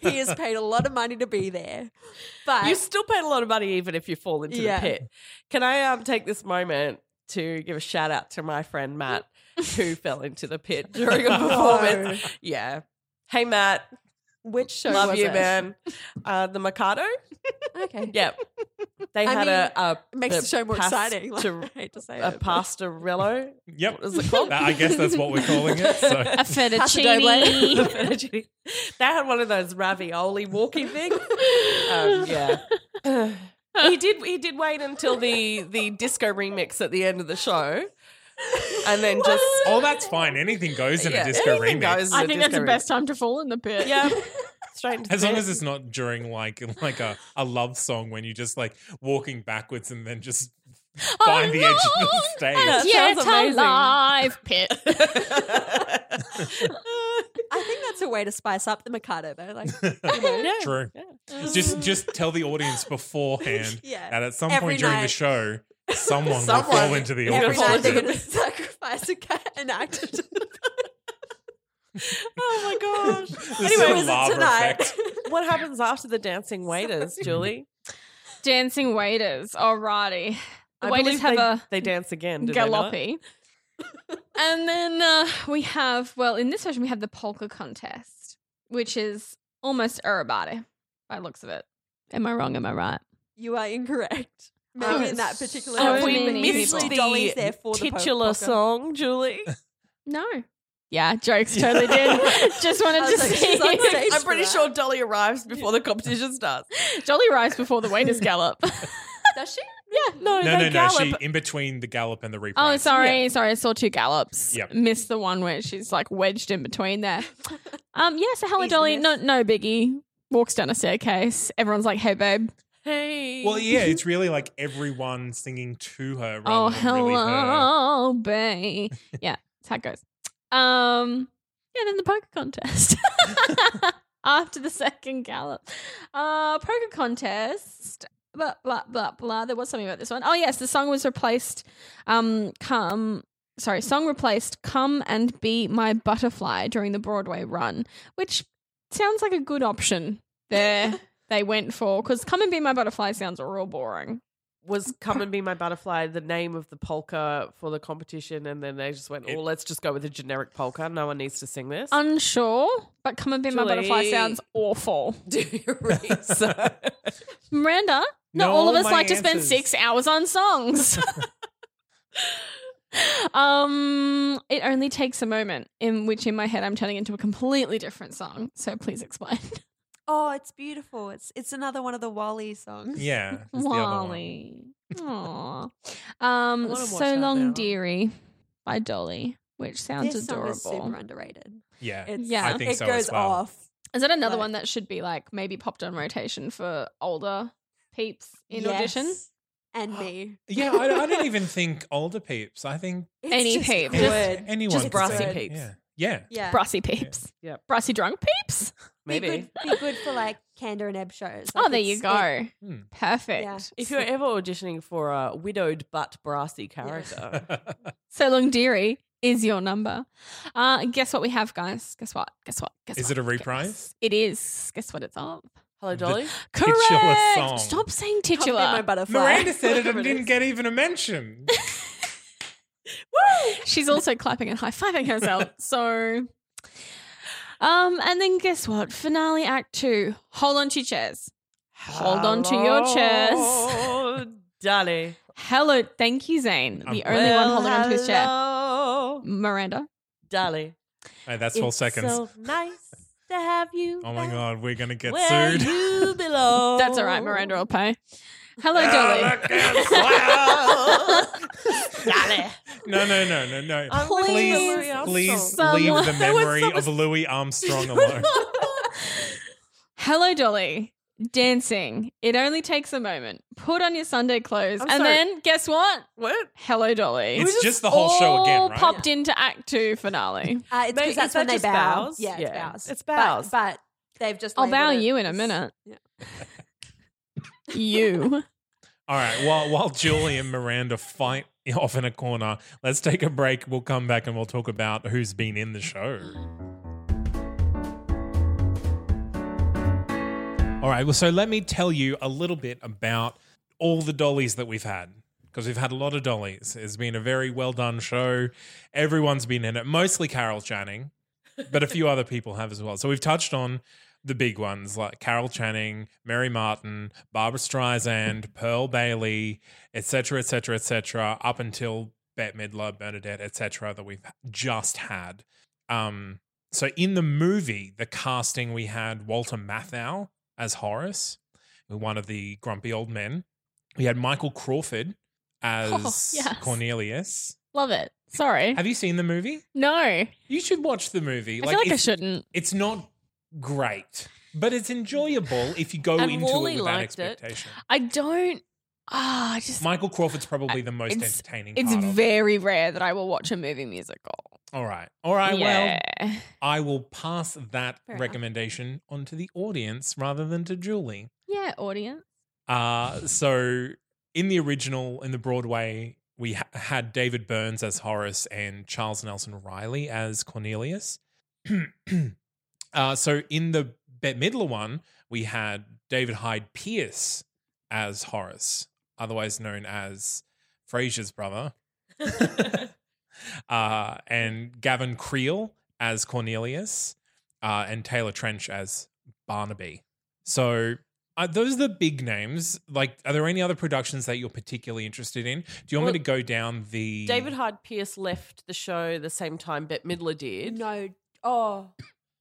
S4: he has paid a lot of money to be there, but
S2: You still paid a lot of money even if you fall into
S4: Yeah.
S2: the pit. Can I um, take this moment to give a shout out to my friend Matt, who fell into the pit during a performance? yeah. Hey, Matt.
S4: which show
S2: Love
S4: was
S2: you,
S4: it?
S2: man. Uh, the Mikado?
S4: Okay.
S2: Yeah. They
S4: I
S2: had a, a,
S4: It makes
S2: the
S4: the show more
S2: pas-
S4: exciting. Like,
S2: to-
S4: I hate to say
S2: a
S4: it.
S2: pastorello.
S1: yep.
S2: What is it called?
S1: I guess that's what we're calling it. So.
S3: a
S2: The
S3: fettuccine.
S2: fettuccine. they had one of those ravioli walking things. Um, yeah. he did he did wait until the the disco remix at the end of the show. And then just
S1: Oh, that's fine. Anything goes in
S2: yeah,
S1: a disco
S2: anything
S1: remix.
S2: goes in
S3: I
S2: a
S3: think that's
S2: disco
S3: the best time to fall in the pit.
S2: remix. Yeah. Straight into
S1: As
S2: the
S1: long
S2: pit.
S1: as it's not during like like a, a love song when you're just like walking backwards and then just find the edge of the
S2: That
S1: stage.
S2: sounds
S3: Yet
S2: amazing.
S3: alive pit.
S4: I think that's a way to spice up the Mikado though. Like
S2: Yeah.
S1: True. Just just tell the audience beforehand
S4: Yeah.
S1: that at some
S4: Every
S1: point during
S4: night.
S1: the show, someone, will
S2: Someone.
S1: fall into the
S2: Every
S4: every
S1: audience.
S4: night
S2: apology.
S4: they're going to sacrifice a cat and act.
S2: oh my gosh.
S1: This is
S2: Anyway,
S1: a
S2: was it
S1: lava
S4: tonight?
S1: effect.
S2: What happens after the dancing waiters, Julie?
S3: Dancing waiters. Alrighty. The
S2: I
S3: waiters
S2: believe
S3: have
S2: they,
S3: a
S2: they dance again. do they not?
S3: galoppy. and then uh, we have, well, in this version, we have the polka contest, which is almost Arabate by the looks of it. Am I wrong? Am I right?
S4: you are incorrect. Maybe
S3: Oh,
S4: in that particular
S3: so
S4: episode,
S3: many
S4: but
S3: people.
S4: usually
S3: The
S4: Dolly's there for the po-
S2: titular
S4: polka.
S2: song, Julie.
S3: No. Yeah, jokes totally did. Just
S4: I
S3: wanted
S4: was
S3: to
S4: like,
S3: see.
S4: she's on stage
S2: I'm
S4: for
S2: pretty
S4: that.
S2: sure Dolly arrives before the competition starts.
S3: Jolly rise before the waiters gallop.
S4: Does she?
S3: yeah.
S2: No,
S1: No, no,
S2: they
S1: no.
S2: gallop.
S1: She in between the gallop and the reprise.
S3: Oh, sorry, sorry. I saw two gallops.
S1: Yep.
S3: Missed the one where she's like wedged in between there. Um, yeah. So Hello
S4: Easy
S3: Dolly,
S4: miss.
S3: no, no biggie. Walks down a staircase. Everyone's like, "Hey, babe."
S2: hey.
S1: Well, yeah, it's really like everyone singing to her.
S3: oh,
S1: rather than really her.
S3: hello, babe. Yeah, that's how it goes. Um, yeah. Then the poker contest after the second gallop. Uh, poker contest. Blah blah blah blah. There was something about this one. Oh yes, the song was replaced. Um, come sorry, song replaced Come and Be My Butterfly during the Broadway run, which sounds like a good option there they went for because Come and Be My Butterfly sounds real boring.
S2: was "Come and Be My Butterfly" the name of the polka for the competition, and then they just went,
S1: It-
S2: "Oh, let's just go with a generic polka. No one needs to sing this."
S4: Um,
S3: Unsure, but Come and Be My Butterfly
S2: Julie.
S3: sounds awful.
S2: Do your research.
S3: Miranda, not
S1: No,
S3: all of us
S1: my
S3: like to spend
S1: answers.
S3: six hours on songs. um, it only takes a moment in which, in my head, I'm turning into a completely different song. So please explain.
S4: Oh, it's beautiful. It's it's another one of the Wally songs.
S1: Yeah. it's the other one.
S3: Wally. Aw. Um,
S2: wanna watch
S3: So
S2: that
S3: Long
S2: now.
S3: Dearie by Dolly, which sounds
S4: This song
S3: adorable.
S4: is super underrated.
S1: Yeah.
S4: It's,
S3: Yeah. I
S1: think
S4: it
S1: so
S4: goes
S1: as well.
S4: off.
S3: is that another
S4: like-
S3: one that should be like maybe popped on rotation for older peeps in audition?
S4: Yes. and me.
S1: Yeah, I, I don't even think older peeps. I think
S4: It's
S3: Any
S4: just
S3: peep.
S4: good.
S1: anyone.
S4: Just
S1: could
S2: brassy
S1: say it,
S2: peeps.
S1: Yeah. Yeah.
S4: Yeah.
S3: Brassy peeps.
S2: Yep.
S3: Brassy drunk peeps.
S2: Maybe.
S4: Be good, be good for like Candor and Ebb shows.
S3: Oh,
S4: Like,
S3: there
S4: it's-
S3: you
S4: it-
S3: go.
S1: Hmm.
S3: Perfect.
S4: Yeah.
S2: If you're ever auditioning for a widowed but brassy character,
S3: So long, dearie, is your number. Uh, guess what we have, guys? Guess what? Guess what? Guess
S1: Is
S3: what?
S1: it a
S3: Guess-
S1: reprise?
S3: It is. Guess what it's of?
S2: hello
S1: The-
S2: Dolly.
S3: Correct.
S1: song.
S3: Stop saying
S4: Can't be my
S3: titular.
S4: butterfly.
S1: Miranda said it
S4: Whatever
S1: and didn't
S4: is.
S1: get even a mention.
S3: She's also clapping and high fiving herself. So, um, and then guess what? Finale Act Two. Hold on to your chairs. Hold on to your chairs.
S2: Hello, Dolly.
S3: Hello, thank you, Zane.
S1: I'm
S3: The only one holding on to his chair.
S2: hello,
S3: Miranda.
S2: Dolly.
S1: Hey, Oh, that's four
S2: It's
S1: seconds.
S2: So nice to have you.
S1: oh my
S2: back
S1: god, we're gonna get
S2: where
S1: sued.
S4: Uh,
S2: you belong.
S3: That's all right, Miranda will pay. Hello, Dolly.
S1: Oh, look, it's loud.
S2: Dolly.
S1: no, no, no, no, no.
S2: I'm with
S1: please,
S2: Louis Armstrong.
S1: please
S3: Someone-
S1: leave the
S3: That was
S1: memory
S3: so
S1: of Louis Armstrong alone.
S3: Hello, Dolly. Dancing. It only takes a moment. Put on your Sunday clothes.
S2: I'm
S3: and
S2: sorry.
S3: then guess what?
S2: What?
S3: Hello, Dolly.
S1: It's just the whole show again,
S3: all
S1: right?
S3: popped into Act Two finale.
S4: Uh,
S2: Mate,
S4: it's because
S2: is
S4: that's
S2: that
S4: when they
S2: just
S4: bow.
S2: bows?
S4: Yeah, it's
S2: Yeah.
S4: bows.
S2: It's
S4: But-
S2: bows.
S4: But, they've just.
S3: I'll
S4: labelled
S3: bow
S4: it
S3: you in a
S4: as-
S3: minute.
S4: Yeah.
S3: You.
S1: All right. While while Julie and Miranda fight off in a corner, let's take a break. We'll come back and we'll talk about who's been in the show. All right. Well, so let me tell you a little bit about all the dollies that we've had because we've had a lot of dollies. It's been a very well done show. Everyone's been in it, mostly Carol Channing, but a few other people have as well. So we've touched on the big ones like Carol Channing, Mary Martin, Barbara Streisand, Pearl Bailey, etc., etc., etc., up until Bette Midler, Bernadette, etc., that we've just had. Um, so in the movie, the casting we had Walter Matthau as Horace, one of the grumpy old men. We had Michael Crawford as
S3: Oh, yes.
S1: Cornelius.
S3: Love it. Sorry.
S1: Have you seen the movie?
S3: no. I
S1: You should watch the movie.
S3: feel like I
S1: it's-
S3: shouldn't.
S1: it's not great, but it's enjoyable if you go
S2: And
S1: into
S2: Wally
S1: it without
S2: liked it.
S1: expectation.
S3: I don't. Ah, I just.
S1: Michael Crawford's probably the most
S3: It's-
S1: entertaining.
S3: it's
S1: part of it.
S3: very rare that I will watch a movie musical.
S1: all right. All right.
S3: yeah.
S1: Well, I will pass that
S4: Fair enough.
S1: recommendation on to the audience rather than to Julie.
S3: yeah, audience.
S1: Uh, so in the original, in the Broadway, we ha- had David Burns as Horace and Charles Nelson Riley as Cornelius. uh, so in the Bette Midler one, we had David Hyde Pierce as Horace, otherwise known as Frasier's brother, uh, and Gavin Creel as Cornelius, uh, and Taylor Trench as Barnaby. So are those the big names? Like, are there any other productions that you're particularly interested in? Do you want me
S2: Well,
S1: to go down the
S2: David Hyde Pierce left the show the same time Bette Midler did.
S4: No. Oh.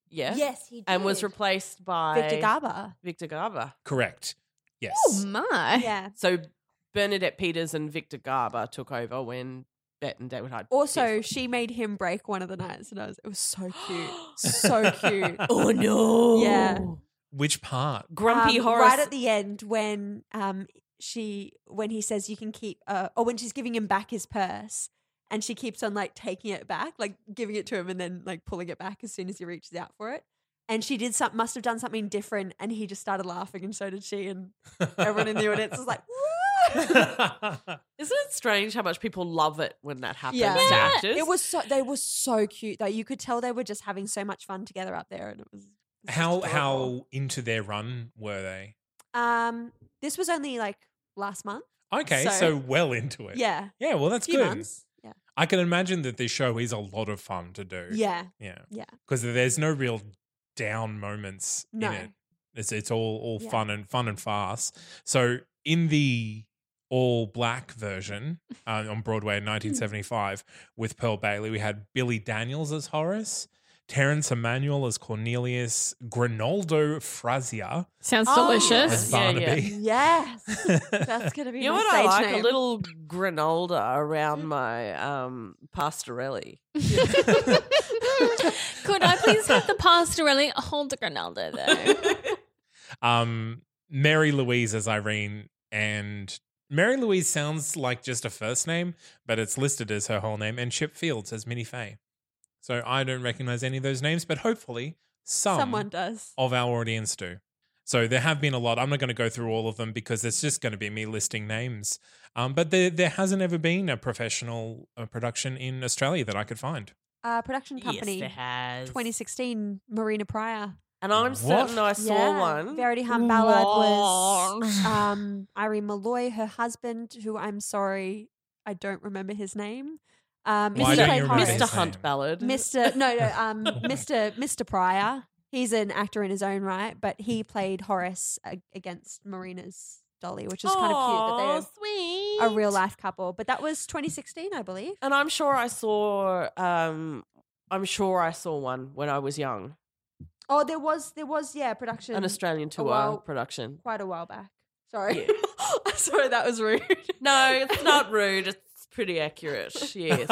S2: Yeah.
S4: Yes, he did.
S2: And was replaced by
S4: Victor Garber.
S2: Victor Garber.
S1: Correct. Yes.
S3: Oh my.
S4: Yeah.
S2: So Bernadette Peters and Victor Garber took over when Bette and David Hyde.
S4: Also,
S2: Pierce
S4: she made him break one of the nights, and I was, it was so cute, so cute.
S2: Oh no!
S4: Yeah.
S1: Which part?
S2: grumpy
S4: Um,
S2: Horace.
S4: Right at the end, when um she when he says you can keep, uh, or when she's giving him back his purse, and she keeps on like taking it back, like giving it to him, and then like pulling it back as soon as he reaches out for it. And she did some must have done something different, and he just started laughing, and so did she, and everyone in the audience was like, "Woo!"
S2: Isn't it strange how much people love it when that happens?
S4: Yeah.
S2: to
S3: Yeah.
S2: actors?
S4: It was so they were so cute though. You could tell they were just having so much fun together up there, and it was it was just
S1: how
S4: adorable.
S1: how into their run were they?
S4: Um, this was only like last month.
S1: Okay, so,
S4: So-
S1: well into it.
S4: Yeah,
S1: Yeah. Well, that's
S4: few
S1: good.
S4: months. Yeah,
S1: I can imagine that this show is a lot of fun to do.
S4: yeah,
S1: Yeah.
S4: Yeah.
S1: Because there's no real down moments
S4: no,
S1: in it. It's it's all all
S4: Yeah.
S1: fun and fun and fast. So in the all black version uh, on Broadway in 1975 with Pearl Bailey, we had Billy Daniels as Horace, Terrence Emanuel as Cornelius, Grinaldo Frazier
S3: Sounds
S4: Oh.
S3: delicious.
S1: as
S2: Yeah, yeah.
S1: Barnaby.
S4: yes, that's gonna be
S2: You know
S4: my
S2: what I
S4: stage
S2: like?
S4: name.
S2: A little granola around my um, pastorelli.
S3: Could I please have the pastorelli? Hold the Granada though.
S1: um, Mary Louise as Irene, and Mary Louise sounds like just a first name, but it's listed as her whole name, and Chip Fields as Minnie Fay. So I don't recognize any of those names, but hopefully some
S4: Someone does.
S1: of our audience do. So there have been a lot. I'm not going to go through all of them because it's just going to be me listing names. Um, but there, there hasn't ever been a professional uh, production in Australia that I could find.
S4: Uh, production company,
S2: there has.
S4: 2016, Marina Pryor.
S2: And I'm
S1: What?
S2: certain I saw
S4: Yeah,
S2: one.
S4: Verity Hum Ballard was um, Irene Malloy, her husband, who I'm sorry, I don't remember his name. Um,
S1: Why
S4: he
S1: don't
S4: played
S1: you remember
S4: Horace.
S2: Mr.
S1: his
S2: Hunt
S1: name?
S2: Ballard.
S4: Mr. No, no, um, Mr. Mr. Pryor. He's an actor in his own right, but he played Horace a- against Marina's Dolly, which is kind of cute that they're
S2: sweet.
S4: a real life couple. But that was 2016, I believe.
S2: And I'm sure I saw. Um, I'm sure I saw one when I was young.
S4: Oh, there was there was yeah production
S2: An
S4: Oh,
S2: Australian tour
S4: while-
S2: production.
S4: quite a while back. Sorry,
S2: Yeah.
S4: sorry that was rude.
S2: No, it's not rude. It's pretty accurate. Yes.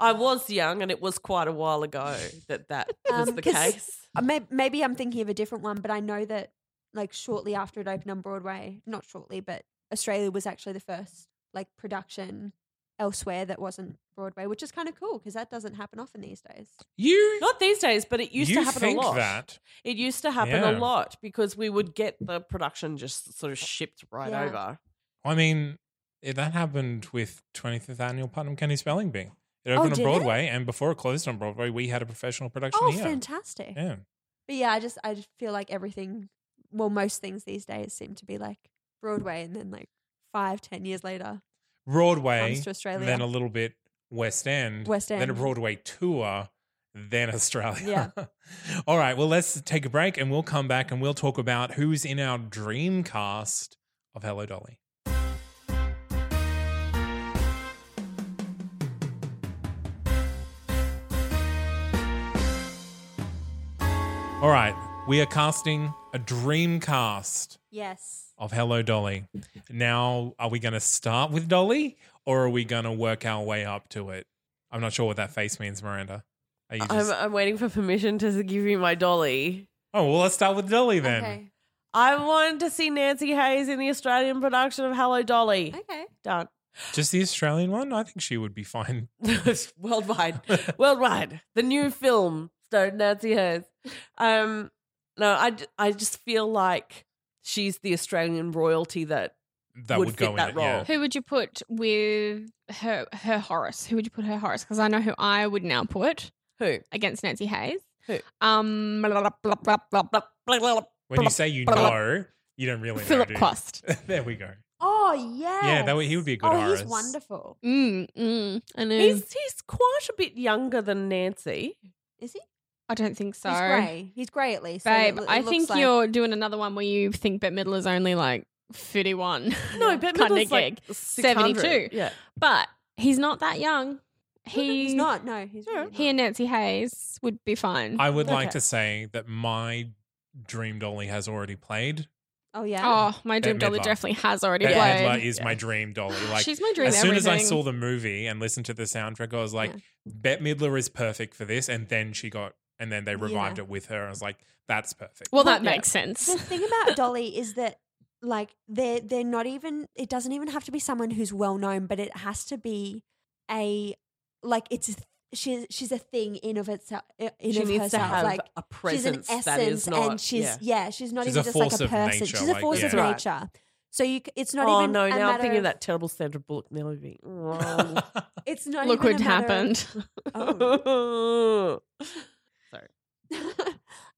S2: I was young, and it was quite a while ago that that was
S4: Um,
S2: the
S4: 'cause-
S2: case.
S4: Uh, may- Maybe I'm thinking of a different one, but I know that like shortly after it opened on Broadway, not shortly, but Australia was actually the first like production elsewhere that wasn't Broadway, which is kind of cool because that doesn't happen often these days.
S1: you
S2: Not these days, but it used
S1: you
S2: to happen
S1: think
S2: a lot.
S1: that?
S2: It used to happen
S1: Yeah.
S2: a lot because we would get the production just sort of shipped right
S4: Yeah.
S2: over.
S1: I mean, it, that happened with 25th annual Putnam County Spelling Bee. It
S4: Oh,
S1: opened on
S4: did it?
S1: Broadway, and before it closed on Broadway, we had a professional production
S4: Oh,
S1: here.
S4: fantastic!
S1: Yeah.
S4: But yeah, I just I just feel like everything, well, most things these days seem to be like Broadway, and then like five, ten years later,
S1: Broadway,
S4: comes to Australia.
S1: then a little bit West End,
S4: West
S1: then a
S4: End.
S1: Broadway tour, then Australia. All right, well, let's take a break and we'll come back and we'll talk about who's in our dream cast of Hello Dolly. All right, we are casting a dream cast
S4: yes,
S1: of Hello Dolly. Now, are we going to start with Dolly or are we going to work our way up to it? I'm not sure what that face means, Miranda. Are you just,
S2: I'm, uh, I'm waiting for permission to give you my dolly.
S1: oh, well, let's start with Dolly then.
S4: okay,
S2: I wanted to see Nancy Hayes in the Australian production of Hello Dolly.
S4: okay,
S2: Done.
S1: Just the Australian one? I think she would be fine.
S2: Worldwide. Worldwide. The new film starred Nancy Hayes. Um, no, I, d- I just feel like she's the Australian royalty that
S1: That would,
S2: Would
S1: go
S2: fit
S1: in
S2: that
S1: it, yeah.
S2: role.
S3: Who would you put with her her Horace? Who would you put her Horace? Because I know who I would now put
S2: who?
S3: against Nancy Hayes.
S2: Who?
S3: Um, blah, blah, blah, blah, blah, blah, blah, blah,
S1: When you say you know, you don't really know.
S3: Philip
S1: do you?
S3: Quast.
S1: there we go.
S4: oh yeah,
S1: Yeah, that would, he would be a good
S4: oh,
S1: Horace.
S4: he's wonderful.
S3: Mm, mm, I know.
S2: He's, he's quite a bit younger than Nancy.
S4: Is he?
S3: I don't think so.
S4: He's grey. He's grey at least. so it
S3: Babe,
S4: lo- it
S3: I
S4: looks
S3: think
S4: like-
S3: you're doing another one where you think Bette Midler's only like 51.
S2: No, Bette
S3: Kinda
S2: Midler's like
S3: gig.
S2: 600.
S3: 72.
S2: Yeah.
S3: But he's not that young.
S4: No, no,
S3: He,
S4: he's not. No, he's
S2: No.
S4: really
S3: He
S4: not.
S3: and Nancy Hayes would be fine.
S1: I would like
S2: Okay.
S1: to say that my dream Dolly has already played.
S4: Oh yeah.
S3: oh, my dream
S1: Bette
S3: dolly
S1: Midler.
S3: definitely has already
S1: Bette
S3: played.
S1: Midler is my dream Dolly. Like,
S3: She's my dream
S1: as soon
S3: everything.
S1: as I saw the movie and listened to the soundtrack, I was like,
S4: Yeah.
S1: Bette Midler is perfect for this. And then she got, and then they revived
S4: Yeah.
S1: it with her. I was like, that's perfect.
S3: well, that
S2: Yeah.
S3: makes sense.
S4: The thing about Dolly is that like they're they're not even. It doesn't even have to be someone who's well known, but it has to be a like it's a, she's she's a thing in of itself. In
S2: She
S4: of
S2: needs
S4: herself.
S2: to have
S4: like
S2: a presence
S4: she's an essence,
S2: that is not.
S4: and she's
S2: yeah.
S4: yeah, she's not
S1: She's
S4: even
S1: a
S4: just like
S1: force
S4: a
S1: of
S4: person.
S1: nature,
S4: she's a
S1: like,
S4: force of
S2: yeah.
S4: nature. So you, c- it's not
S2: oh
S4: even.
S2: no!
S4: a
S2: Now I'm
S4: matter
S2: thinking of
S4: of
S2: that terrible Sandra Bullock movie. Oh.
S4: It's not.
S3: Look
S4: even
S3: what
S4: a matter of-
S3: happened.
S4: Oh.
S2: Sorry.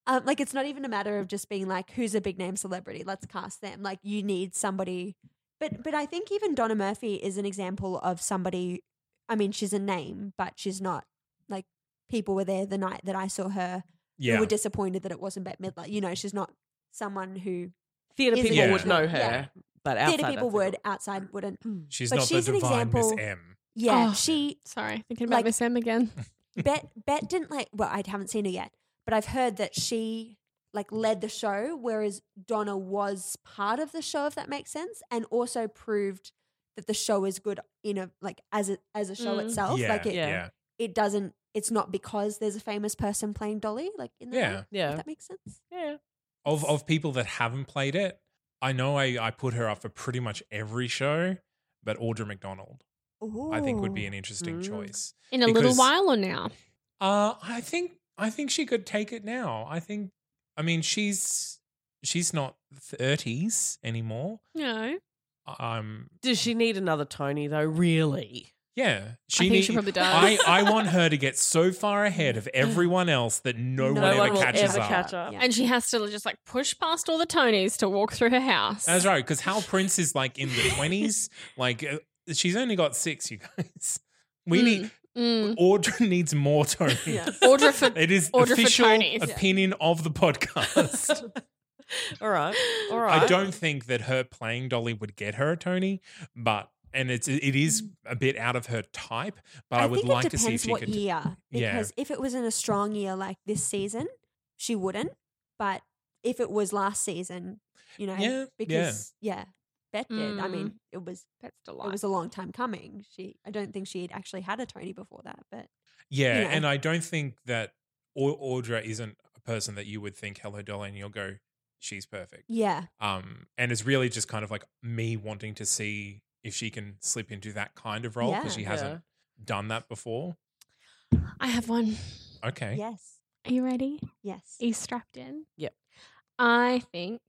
S4: um, like it's not even a matter of just being like who's a big name celebrity let's cast them like you need somebody but but i think even donna murphy is an example of somebody i mean she's a name but she's not like people were there the night that i saw her who
S1: Yeah.
S4: were disappointed that it wasn't bette midler you know she's not someone who
S2: Theatre
S4: Is it
S2: people
S1: Yeah.
S2: would know her,
S4: Yeah.
S2: but outside
S4: theater people
S2: that's a
S4: would
S2: girl.
S4: outside wouldn't
S1: She's
S4: but
S1: not
S4: she's
S1: the
S4: an
S1: divine Miss
S4: example-
S1: M.
S4: yeah
S3: Oh.
S4: she
S3: Sorry, thinking about
S4: Like-
S3: Miss M again.
S4: Bet Bet didn't like. Well, I haven't seen her yet, but I've heard that she like led the show, whereas Donna was part of the show. If that makes sense, and also proved that the show is good in a like as a as a show
S3: Mm.
S4: itself.
S1: yeah,
S4: Like it,
S1: yeah.
S2: Yeah.
S4: it doesn't. It's not because there's a famous person playing Dolly. Like in the
S1: Yeah.
S4: way,
S2: Yeah.
S4: If that makes sense.
S2: Yeah.
S1: Of of people that haven't played it, I know I, I put her up for pretty much every show, but Audra McDonald I think would be
S4: Ooh.
S1: an interesting
S2: Mm.
S1: choice.
S3: In a
S1: Because-
S3: little while or now?
S1: Uh, I think I think she could take it now. I think. I mean, she's she's not thirties anymore.
S3: No.
S1: Um.
S2: Does she need another Tony though? Really?
S1: Yeah.
S3: I think she
S1: need-
S3: probably does.
S1: I, I want her to get so far ahead of everyone else that no,
S2: No
S1: one,
S2: one
S1: ever
S2: will
S1: catches
S2: ever
S1: up.
S2: catch up.
S3: And she has to just like push past all the Tonys to walk through her house.
S1: That's right, because Hal Prince is like in the twenties. like uh, she's only got six. You guys, we need
S3: Mm.
S1: Audra needs more Tony.
S3: Audra for
S1: It is
S3: Audra for
S1: official
S3: Tonys. Yeah.
S1: opinion of the podcast.
S2: All right. All right.
S1: I don't think that her playing Dolly would get her a Tony, but and it's it is a bit out of her type. But I, would
S4: think
S1: like
S4: it
S1: to see if
S4: depends
S1: she
S4: what
S1: could.
S4: year.
S1: Yeah.
S4: Because if it was in a strong year like this season, she wouldn't. But if it was last season, you know,
S1: Yeah, yeah.
S4: because yeah, Bet did.
S3: Mm.
S4: I mean, it was
S3: That's
S4: it was a long time coming. She, I don't think she had actually had a Tony before that. But
S1: Yeah,
S4: you know.
S1: and I don't think that Au- Audra isn't a person that you would think hello Dolly and you'll go she's perfect.
S4: yeah,
S1: Um, and it's really just kind of like me wanting to see if she can slip into that kind of role because
S4: Yeah.
S1: she hasn't done that before.
S3: I have one.
S1: Okay.
S4: yes,
S3: Are you ready?
S4: yes.
S3: Are you strapped in?
S2: Yep.
S3: I think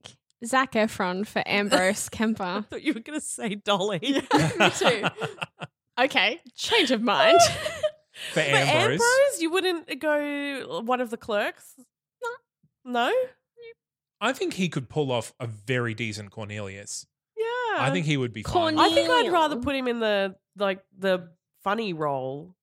S3: Zac Efron for Ambrose
S2: I
S3: Kemper.
S2: thought you were going to say Dolly.
S3: Me too. Okay, change of mind.
S1: For
S2: But Ambrose?
S1: Ambrose.
S2: you wouldn't go one of the clerks? No. No?
S1: I think he could pull off a very decent Cornelius.
S2: Yeah.
S1: I think he would be fine.
S3: Cornelius.
S2: I think I'd rather
S3: Neil.
S2: put him in the like the funny role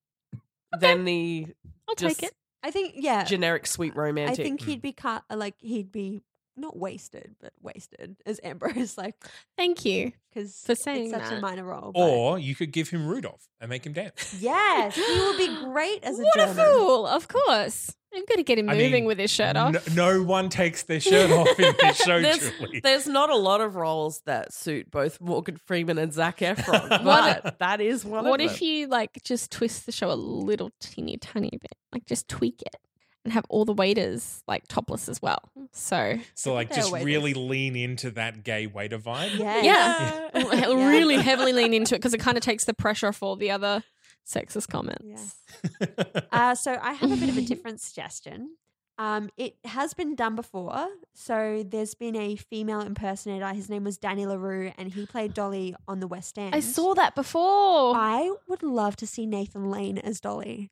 S2: than the
S3: I'll
S2: just
S3: take it.
S4: I think yeah.
S2: generic sweet
S4: I
S2: romantic.
S4: think
S1: Mm.
S4: he'd be cut like he'd be not wasted, but wasted as Ambrose, like
S3: Thank you.
S4: because
S3: For
S4: it's such
S3: saying
S4: a
S3: that.
S4: minor role. but-
S1: Or you could give him Rudolph and make him dance.
S4: yes, he would be great as a
S3: what
S4: German.
S3: a fool! Of course, I'm gonna get him
S1: I
S3: moving
S1: mean,
S3: with his shirt off.
S1: No, no one takes their shirt off in this show,
S2: there's,
S1: Julie.
S2: there's not a lot of roles that suit both Morgan Freeman and Zach Efron,
S3: What-
S2: but that is one
S3: What
S2: of
S3: if
S2: them.
S3: you like just twist the show a little teeny tiny bit, like just tweak it, and have all the waiters like topless as well? So
S1: So, like,
S4: they're
S1: just
S4: waiters.
S1: really lean into that gay waiter vibe.
S4: Yes.
S3: Yeah.
S2: Yeah.
S3: really heavily lean into it because it kind of takes the pressure off all the other sexist comments.
S4: Uh, so I have a bit of a different suggestion. Um, it has been done before. So there's been a female impersonator. His name was Danny LaRue, and he played Dolly on the West End.
S3: I saw that before.
S4: I would love to see Nathan Lane as Dolly.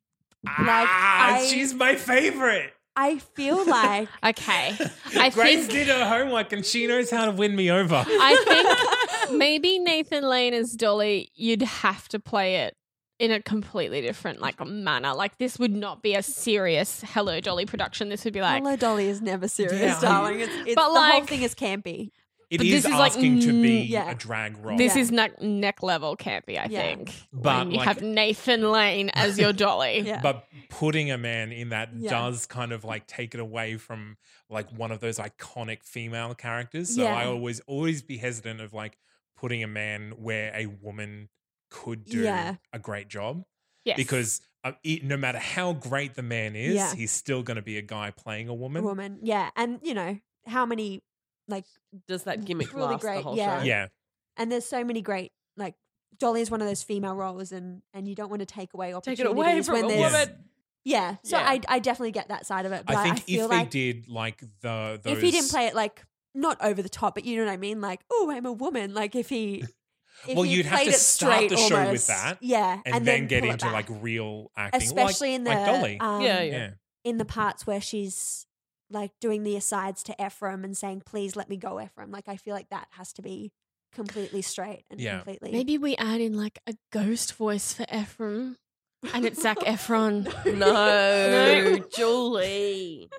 S1: ah,
S4: I-
S1: she's my favorite.
S4: I feel like
S3: okay. I
S1: Grace
S3: think
S1: did her homework and she knows how to win me over.
S3: I think maybe Nathan Lane as Dolly, you'd have to play it in a completely different like manner. Like this would not be a serious Hello Dolly production. This would be like
S4: Hello Dolly is never serious,
S1: Yeah.
S4: darling. It's, it's
S3: But
S4: the whole
S3: like-
S4: thing is campy.
S1: It
S3: But
S1: is
S3: this is like,
S1: asking to be
S4: mm, yeah.
S1: a drag role.
S3: this
S4: Yeah.
S3: is neck neck level campy, I
S4: Yeah.
S3: think.
S1: But,
S3: when you
S1: like-
S3: have Nathan Lane as your Dolly.
S4: Yeah.
S1: But putting a man in that
S4: Yeah.
S1: does kind of like take it away from like one of those iconic female characters. So
S4: Yeah.
S1: I always always be hesitant of like putting a man where a woman could do
S4: Yeah.
S1: a great job
S3: Yes.
S1: because uh, e- no matter how great the man is,
S4: Yeah.
S1: he's still going to be a guy playing a woman.
S4: Woman, yeah, and you know how many
S2: Does that gimmick
S4: Really
S2: last the
S4: great,
S2: whole
S4: yeah.
S2: show?
S1: Yeah,
S4: and there's so many great like Dolly is one of those female roles, and and you don't want to take away
S2: Take
S4: opportunities
S2: it away from
S4: when
S2: a
S4: there's
S1: Yeah.
S2: woman.
S4: yeah. So
S2: Yeah.
S4: I I definitely get that side of it. But
S1: I
S4: I
S1: think
S4: feel
S1: if
S4: like
S1: they did like the those,
S4: if he didn't play it like not over the top, but you know what I mean, like oh I'm a woman. Like if he if
S1: Well,
S4: he
S1: you'd have
S4: played
S1: to
S4: it
S1: start
S4: straight
S1: the show with
S4: almost,
S1: that
S4: yeah,
S1: and, then, get
S4: pull it
S1: into
S4: back.
S1: like real acting,
S4: especially in the
S1: like Dolly.
S4: um,
S2: Yeah,
S1: yeah.
S4: in the parts where she's like doing the asides to Ephraim and saying, "Please let me go, Ephraim." Like I feel like that has to be completely straight and
S1: Yeah.
S4: completely
S3: Maybe we add in like a ghost voice for Ephraim, and it's Zach Efron.
S2: No,
S3: No.
S2: Julie.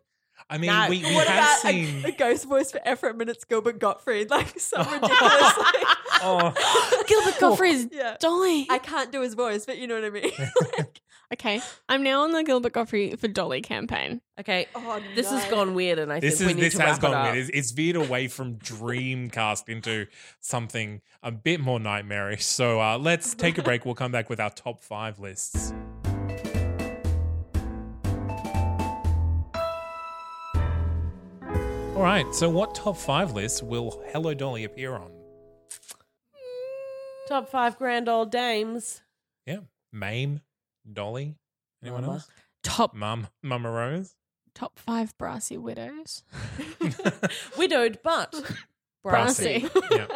S1: I mean,
S2: No.
S1: we, we
S4: What
S1: have
S4: about
S1: seen.
S4: a, a ghost voice for Ephraim and it's Gilbert Gottfried? Like so ridiculous. like-
S1: Oh.
S3: Gilbert Gottfried's
S4: Yeah.
S3: Dolly.
S4: I can't do his voice, but you know what I mean. Like,
S3: okay, I'm now on the Gilbert Gottfried for Dolly campaign.
S2: Okay,
S4: oh,
S2: this has
S4: no.
S2: gone weird, and I
S1: this
S2: think
S1: is
S2: we need
S1: this
S2: to
S1: has
S2: wrap it
S1: gone
S2: up.
S1: weird. It's, it's veered away from Dreamcast into something a bit more nightmarish. So uh, let's take a break. We'll come back with our top five lists. All right. So, what top five lists will Hello Dolly appear on?
S2: Top five grand old dames.
S1: Yeah, Mame, Dolly. Anyone else?
S3: Top
S1: Mum, Mama Rose.
S3: top five brassy widows.
S2: Widowed, but
S3: Brassy.
S1: yeah.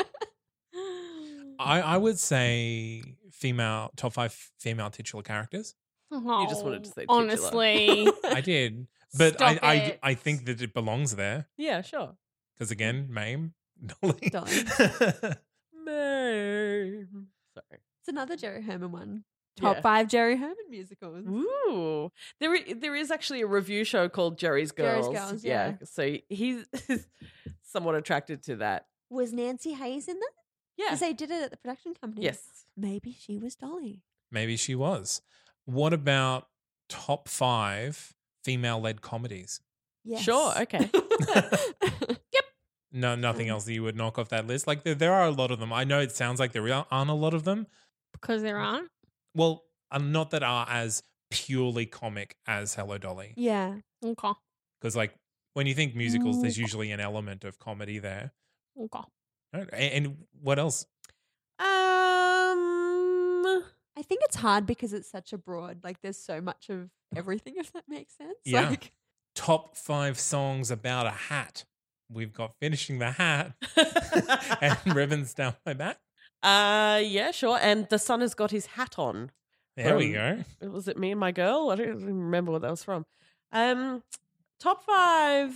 S1: I, I would say female top five female titular characters.
S3: you
S2: just wanted to say titular.
S3: Oh, honestly.
S1: I did, but I,
S3: Stop
S1: I
S3: it. Mm.
S1: I think that it belongs there
S2: yeah, sure.
S1: because again, Mame, Dolly.
S2: Mame. Sorry.
S4: It's another Jerry Herman one. Top
S2: Yeah.
S4: five Jerry Herman musicals.
S2: Ooh, there i- there is actually a review show called Jerry's
S4: Jerry's
S2: Girls.
S4: Girls, yeah.
S2: so he's somewhat attracted to that.
S4: Was Nancy Hayes in them?
S2: Yeah.
S4: Because they did it at the production company.
S2: Yes.
S4: Maybe she was Dolly.
S1: Maybe she was. What about top five female led comedies?
S4: Yes.
S2: Sure. Okay.
S1: No,
S3: Mm.
S1: nothing
S4: Um,
S1: else that you would knock off that list. Like there, there are a lot of them. I know it sounds like there are- aren't a lot of them.
S3: because there aren't.
S1: Well, uh, not that are as purely comic as Hello Dolly.
S4: yeah.
S3: Okay.
S1: Because like when you think musicals,
S3: Mm.
S1: there's usually an element of comedy there.
S3: Okay.
S1: Right? A- And what else?
S2: um.
S4: I think it's hard because it's such a broad, like there's so much of everything, if that makes sense.
S1: Yeah.
S4: Like
S1: Top five songs about a hat. We've got finishing the hat and ribbons down my back.
S2: uh yeah, sure. And the son has got his hat on.
S1: There we go.
S2: From- Was it me and my girl? I don't even remember what that was from. Um, top five.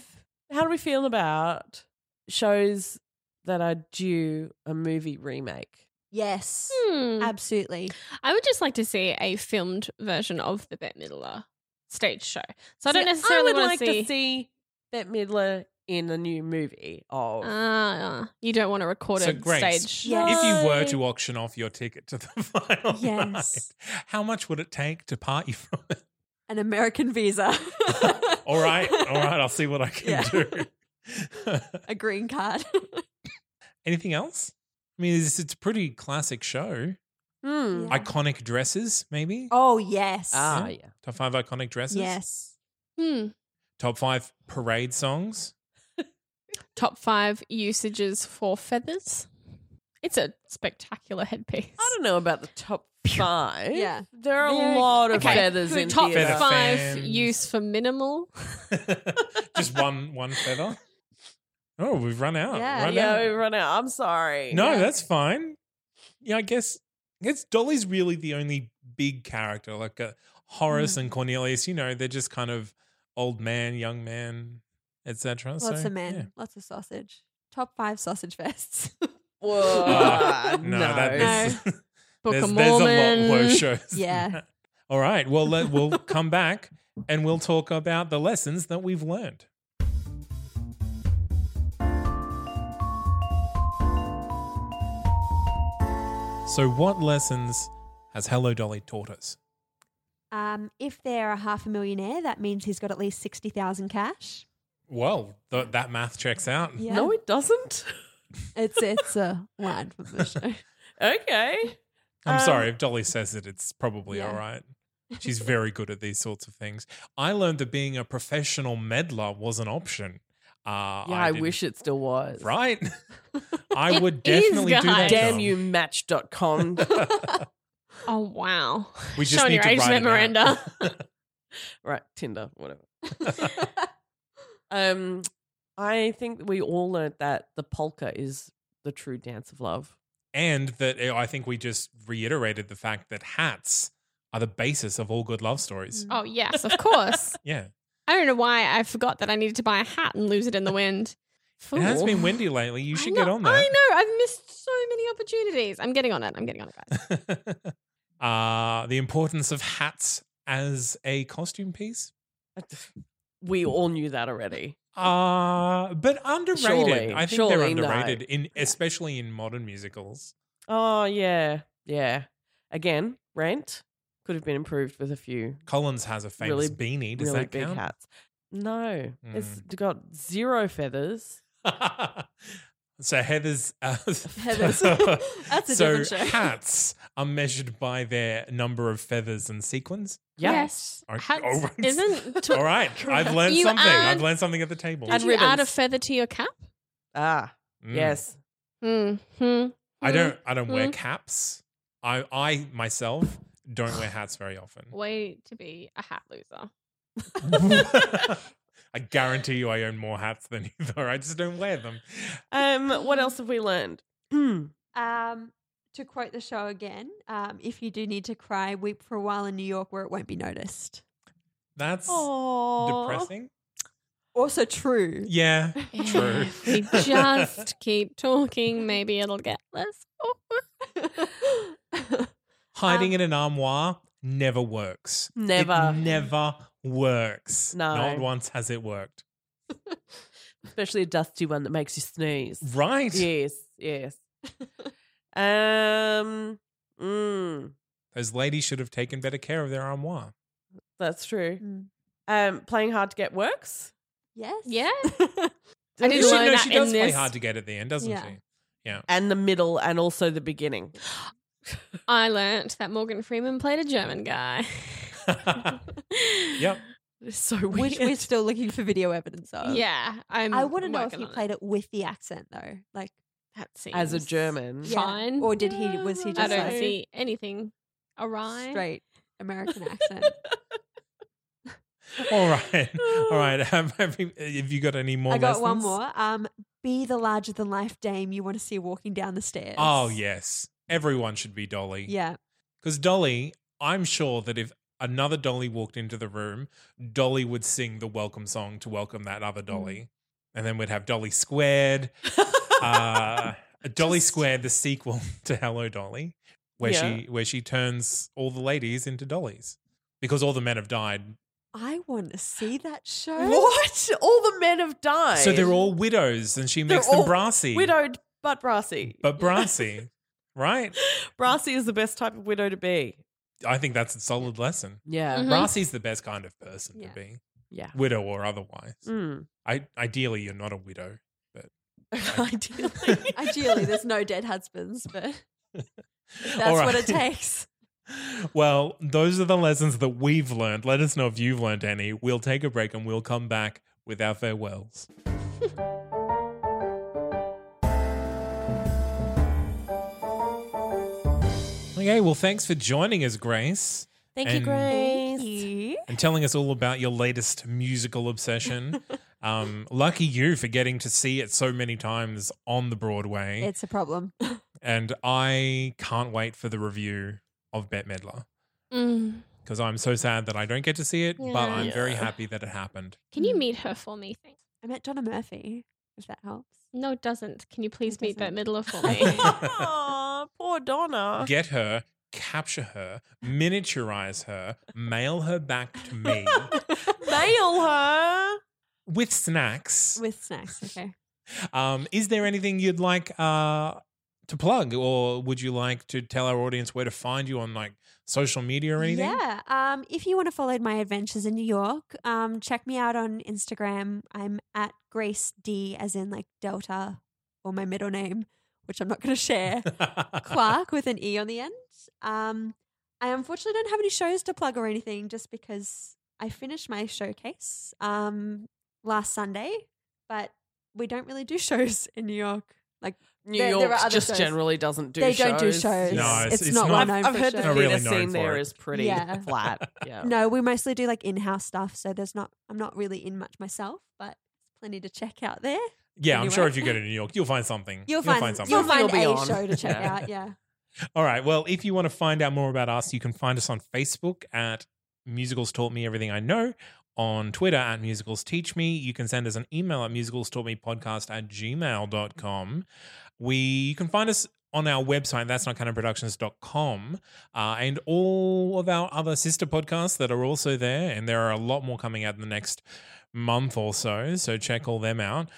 S2: How do we feel about shows that are due a movie remake?
S4: Yes.
S3: Hmm.
S4: Absolutely.
S3: I would just like to see a filmed version of the Bette Midler stage show. So I don't
S2: See,
S3: necessarily
S2: I would
S3: want
S2: like
S3: to see.
S2: to see Bette Midler in a new movie. Of
S3: Ah, you don't want to record
S1: So,
S3: a
S1: Grace,
S3: stage.
S4: Yeah.
S1: If you were
S2: Yay.
S1: to auction off your ticket to the final
S4: Yes.
S1: night, how much would it take to part you from it?
S4: An American visa.
S1: all right, all right, I'll see what I can
S4: Yeah.
S1: do.
S4: A green card.
S1: Anything else? I mean, it's, it's a pretty classic show.
S2: Hmm.
S4: Yeah.
S1: Iconic dresses, maybe.
S4: oh yes.
S2: ah, yeah.
S1: Top five iconic dresses.
S4: yes.
S3: Hmm.
S1: Top five parade songs.
S3: Top five usages for feathers. It's a spectacular headpiece.
S2: I don't know about the top
S1: Eh?
S2: five.
S4: Yeah.
S2: there are
S4: Very-
S2: a lot of
S3: Okay,
S2: feathers
S3: so
S2: in
S3: top
S2: theatre.
S1: Feather
S3: five
S1: fans.
S3: use for minimal.
S1: Just one one feather. Oh, we've run out.
S4: Yeah.
S1: run
S2: Yeah,
S1: out.
S2: we run out. I'm sorry.
S1: No,
S2: Yeah.
S1: that's fine. Yeah, I guess. I guess Dolly's really the only big character, like uh, Horace
S4: Mm.
S1: and Cornelius. You know, they're just kind of old man, young man, etc.
S4: Lots
S1: so,
S4: of men.
S1: yeah.
S4: Lots of sausage. Top five sausage fests.
S2: Whoa,
S1: Ah,
S2: no.
S1: that- there's-
S3: Book
S1: there's,
S3: of
S1: there's
S3: Mormon.
S1: a lot worse shows. than
S4: Yeah.
S1: that. All right. Well, let, we'll come back and we'll talk about the lessons that we've learned. So, what lessons has Hello Dolly taught us?
S4: Um, if they're a half a millionaire, that means he's got at least sixty thousand cash.
S1: Well, th- that math checks out.
S4: Yeah.
S2: No, it doesn't.
S4: it's it's a line from the show.
S2: Okay.
S1: I'm
S2: Um,
S1: sorry, if Dolly says it, it's probably
S4: Yeah.
S1: all right. She's very good at these sorts of things. I learned that being a professional meddler was an option. Uh,
S2: Yeah, I,
S1: didn't-
S2: wish it still was.
S1: Right? I would
S3: is,
S1: definitely do that.
S3: guys.
S2: Damn
S1: job.
S2: you, Match.com.
S3: Oh wow!
S1: We just
S3: Showing
S1: need
S3: your
S1: to
S3: age
S1: write it
S3: memoranda.
S1: out.
S2: right, Tinder, whatever. Um, I think we all learned that the polka is the true dance of love.
S1: and that uh, I think we just reiterated the fact that hats are the basis of all good love stories.
S3: Oh yes, of course.
S1: Yeah.
S3: I don't know why I forgot that I needed to buy a hat and lose it in the wind.
S1: It has
S3: Fool.
S1: been windy lately. You
S3: I
S1: should
S3: know-
S1: get on
S3: I
S1: that.
S3: know. I've missed so many opportunities. I'm getting on it. I'm getting on it, guys.
S1: uh, the importance of hats as a costume piece.
S2: We all knew that already.
S3: Oh.
S1: Uh but underrated.
S2: Surely,
S1: I think they're
S2: surely no.
S1: underrated in especially in modern musicals.
S2: Oh yeah, yeah. Again, rent could have been improved with a few
S1: Collins has a famous beanie. Does
S2: really
S1: that
S2: big
S1: count? Hmm.
S2: hats. No, it's got zero feathers.
S1: so Heather's uh,
S4: Heather's. That's a
S1: so
S4: different show.
S1: hats are measured by their number of feathers and sequins.
S3: Yes.
S1: Oh,
S3: Hats
S1: all right.
S3: isn't. to-
S1: All right, I've learned
S3: You
S1: something.
S3: add-
S1: I've learned something at the table.
S3: Did
S2: And
S3: you add
S2: ribbons.
S3: a feather to your cap?
S2: Ah,
S1: Mm.
S2: yes.
S3: Hmm. Hmm.
S1: I don't. I don't wear
S3: Mm.
S1: caps. I I myself don't wear hats very often.
S3: Way to be a hat loser.
S1: I guarantee you I own more hats than you, though. I just don't wear them.
S2: Um, what else have we learned?
S4: Um, to quote the show again, um, if you do need to cry, weep for a while in New York where it won't be noticed.
S1: That's
S2: Oh,
S1: depressing.
S4: Also true.
S1: Yeah. True.
S3: If we just keep talking, maybe it'll get less awkward.
S1: Hiding in an armoire never works. It
S2: Never.
S1: never works.
S2: No.
S1: Not once has it worked.
S2: Especially a dusty one that makes you sneeze.
S1: Right.
S2: Yes, yes. um, mm,
S1: Those ladies should have taken better care of their armoire.
S2: that's true.
S4: Mm.
S2: Um, playing hard to get works.
S4: Yes.
S3: yeah.
S2: I
S3: didn't
S1: she,
S3: learn
S1: no,
S3: that
S1: she
S3: in
S1: does play
S3: this.
S1: hard to get at the end, doesn't
S4: Yeah.
S1: she?
S2: And the middle, and also the beginning.
S3: I learnt that Morgan Freeman played a German guy.
S1: Yep.
S2: It's so
S4: Which
S2: weird.
S4: we're still looking for video evidence of.
S3: Yeah. I'm
S4: I want to know if
S3: working
S4: he
S3: on
S4: played it with the accent though. Like,
S3: That seems
S2: As a German.
S4: Mm. Yeah.
S3: Fine.
S4: Or did he- was he
S3: I
S4: just
S3: don't
S4: like-
S3: see anything awry.
S4: straight American accent.
S1: All right. All right. Have, have you have you got any more?
S4: I got one
S1: lessons?
S4: more. Um, be the larger than life dame you want to see walking down the stairs.
S1: Oh, yes. Everyone should be Dolly.
S4: Yeah.
S1: Because Dolly, I'm sure that if another Dolly walked into the room, Dolly would sing the welcome song to welcome that other Dolly.
S2: Mm.
S1: And then we'd have Dolly Squared, uh, Dolly Squared, the sequel to Hello Dolly, where
S2: Yeah.
S1: she where she turns all the ladies into dollies because all the men have died.
S4: I want to see that show.
S2: what? All the men have died.
S1: So they're all widows, and she
S2: They're
S1: makes them
S2: all
S1: brassy,
S2: widowed, but brassy.
S1: but brassy, right?
S2: brassy is the best type of widow to be.
S1: I think that's a solid lesson.
S2: Yeah.
S3: Mhm.
S1: Brassy's the best kind of person
S4: Yeah.
S1: to be,
S2: Mm-hmm. Yeah.
S1: widow or otherwise.
S2: Mm.
S1: I ideally you're not a widow.
S2: Ideally.
S4: Ideally, there's no dead husbands, but that's what it takes.
S1: Well, those are the lessons that we've learned. Let us know if you've learned any. We'll take a break and we'll come back with our farewells. okay, well, thanks for joining us, Grace,
S2: Thank
S1: you, And-
S4: Thank you.
S1: and telling us all about your latest musical obsession. um, lucky you for getting to see it so many times on the Broadway.
S4: It's a problem.
S1: and I can't wait for the review of Bette Midler
S3: Mm.
S1: because I'm so sad that I don't get to see it, but I'm
S3: Yeah.
S1: very happy that it happened.
S3: Can you meet her for me? Thanks.
S4: I met Donna Murphy, if that helps.
S3: No, it doesn't. Can you please
S4: It
S3: meet Bette Midler
S4: doesn't.
S3: for me?
S2: Aw, poor Donna.
S1: Get her, capture her, miniaturize her, mail her back to me
S2: Mail her.
S1: with snacks.
S4: With snacks, okay.
S1: Um, is there anything you'd like uh, to plug, or would you like to tell our audience where to find you on like social media or anything?
S4: Yeah. Um, if you want to follow my adventures in New York, um, check me out on Instagram. I'm at Grace D, as in like Delta, or my middle name, which I'm not going to share. Clark with an E on the end. Um, I unfortunately don't have any shows to plug or anything just because I finished my showcase um, last Sunday, but we don't really do shows in New York. Like,
S2: New
S4: There- there
S2: York
S4: are other
S2: just
S4: shows.
S2: generally doesn't do
S4: they
S2: shows.
S4: don't do shows.
S1: No,
S4: it's,
S1: it's- it's
S4: not,
S1: not-
S4: well
S2: I've,
S4: known
S2: I've
S4: for
S2: heard the
S4: shows.
S1: Not
S2: theatre
S1: really known
S2: scene
S1: for
S2: there
S1: it.
S2: is pretty
S4: Yeah.
S2: flat. Yeah.
S4: No, we mostly do like in-house stuff, so there's not. I'm not really in much myself, but plenty to check out there.
S1: Yeah, I'm sure
S4: Anyway.
S1: if you go to New York, you'll find something.
S4: You'll, find,
S1: something.
S4: you'll find
S2: Something will
S4: a
S2: be on.
S4: show to check
S2: Yeah.
S4: out. Yeah,
S1: All right. Well, if you want to find out more about us, you can find us on Facebook at Musicals Taught Me Everything I Know, on Twitter at Musicals Teach Me. You can send us an email at musicals taught me podcast at gmail.com. We you can find us on our website, that's not canonproductions.com, uh, and all of our other sister podcasts that are also there. And there are a lot more coming out in the next month or so. So check all them out.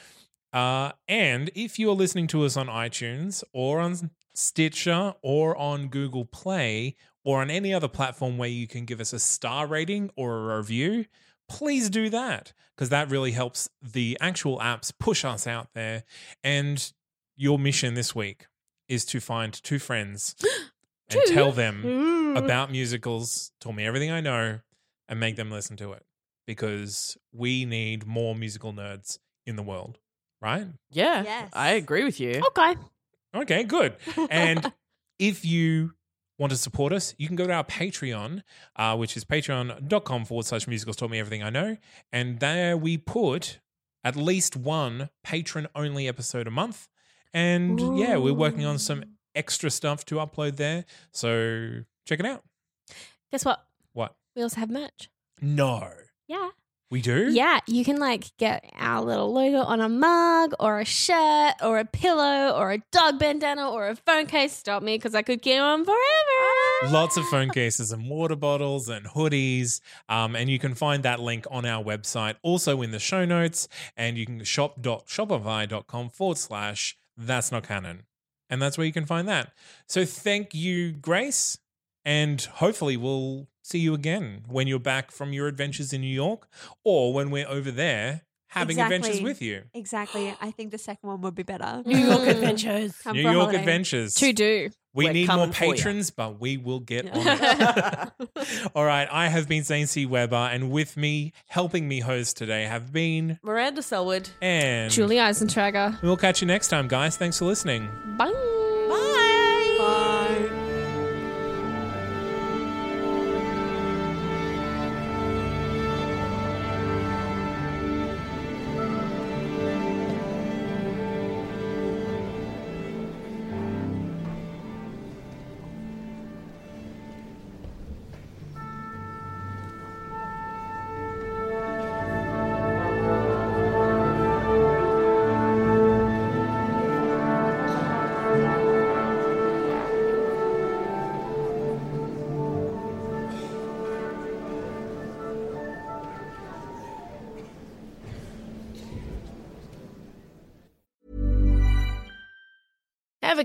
S1: Uh, and if you're listening to us on iTunes or on Stitcher or on Google Play or on any other platform where you can give us a star rating or a review, please do that because that really helps the actual apps push us out there. And your mission this week is to find two friends and
S3: Two?
S1: tell them about musicals, tell me everything I know, and make them listen to it because we need more musical nerds in the world, right?
S2: Yeah.
S4: Yes.
S2: I agree with you.
S3: okay.
S1: Okay, good. And if you want to support us, you can go to our Patreon, uh, which is patreon.com forward slash musicals taught me everything I know. And there we put at least one patron only episode a month. And yeah, we're working on some extra stuff to upload there. So check it out.
S3: Guess what?
S1: What?
S3: We also have merch.
S1: No.
S3: Yeah.
S1: We do?
S3: Yeah, you can like get our little logo on a mug or a shirt or a pillow or a dog bandana or a phone case. Stop me because I could keep on forever.
S1: Lots of phone cases and water bottles and hoodies. Um, and you can find that link on our website, also in the show notes. And you can shop.shopify.com forward slash that's not canon. And that's where you can find that. So thank you, Grace. And hopefully we'll see you again when you're back from your adventures in New York or when we're over there having adventures
S4: Exactly.
S1: with you.
S4: Exactly. I think the second one would be better.
S3: New York
S4: Mm.
S2: adventures.
S4: Come
S1: New
S4: for a
S1: York
S4: holiday.
S1: adventures.
S3: To do.
S1: We
S2: We're
S1: need more
S2: coming for ya.
S1: patrons, but we will get on it. All right, I have been Zane C. Weber, and with me, helping me host today, have been
S2: Miranda Selwood.
S1: and
S3: Julie Eisentrager.
S1: We'll catch you next time, guys. Thanks for listening.
S3: Bye.
S2: Bye. Bye.
S5: Ever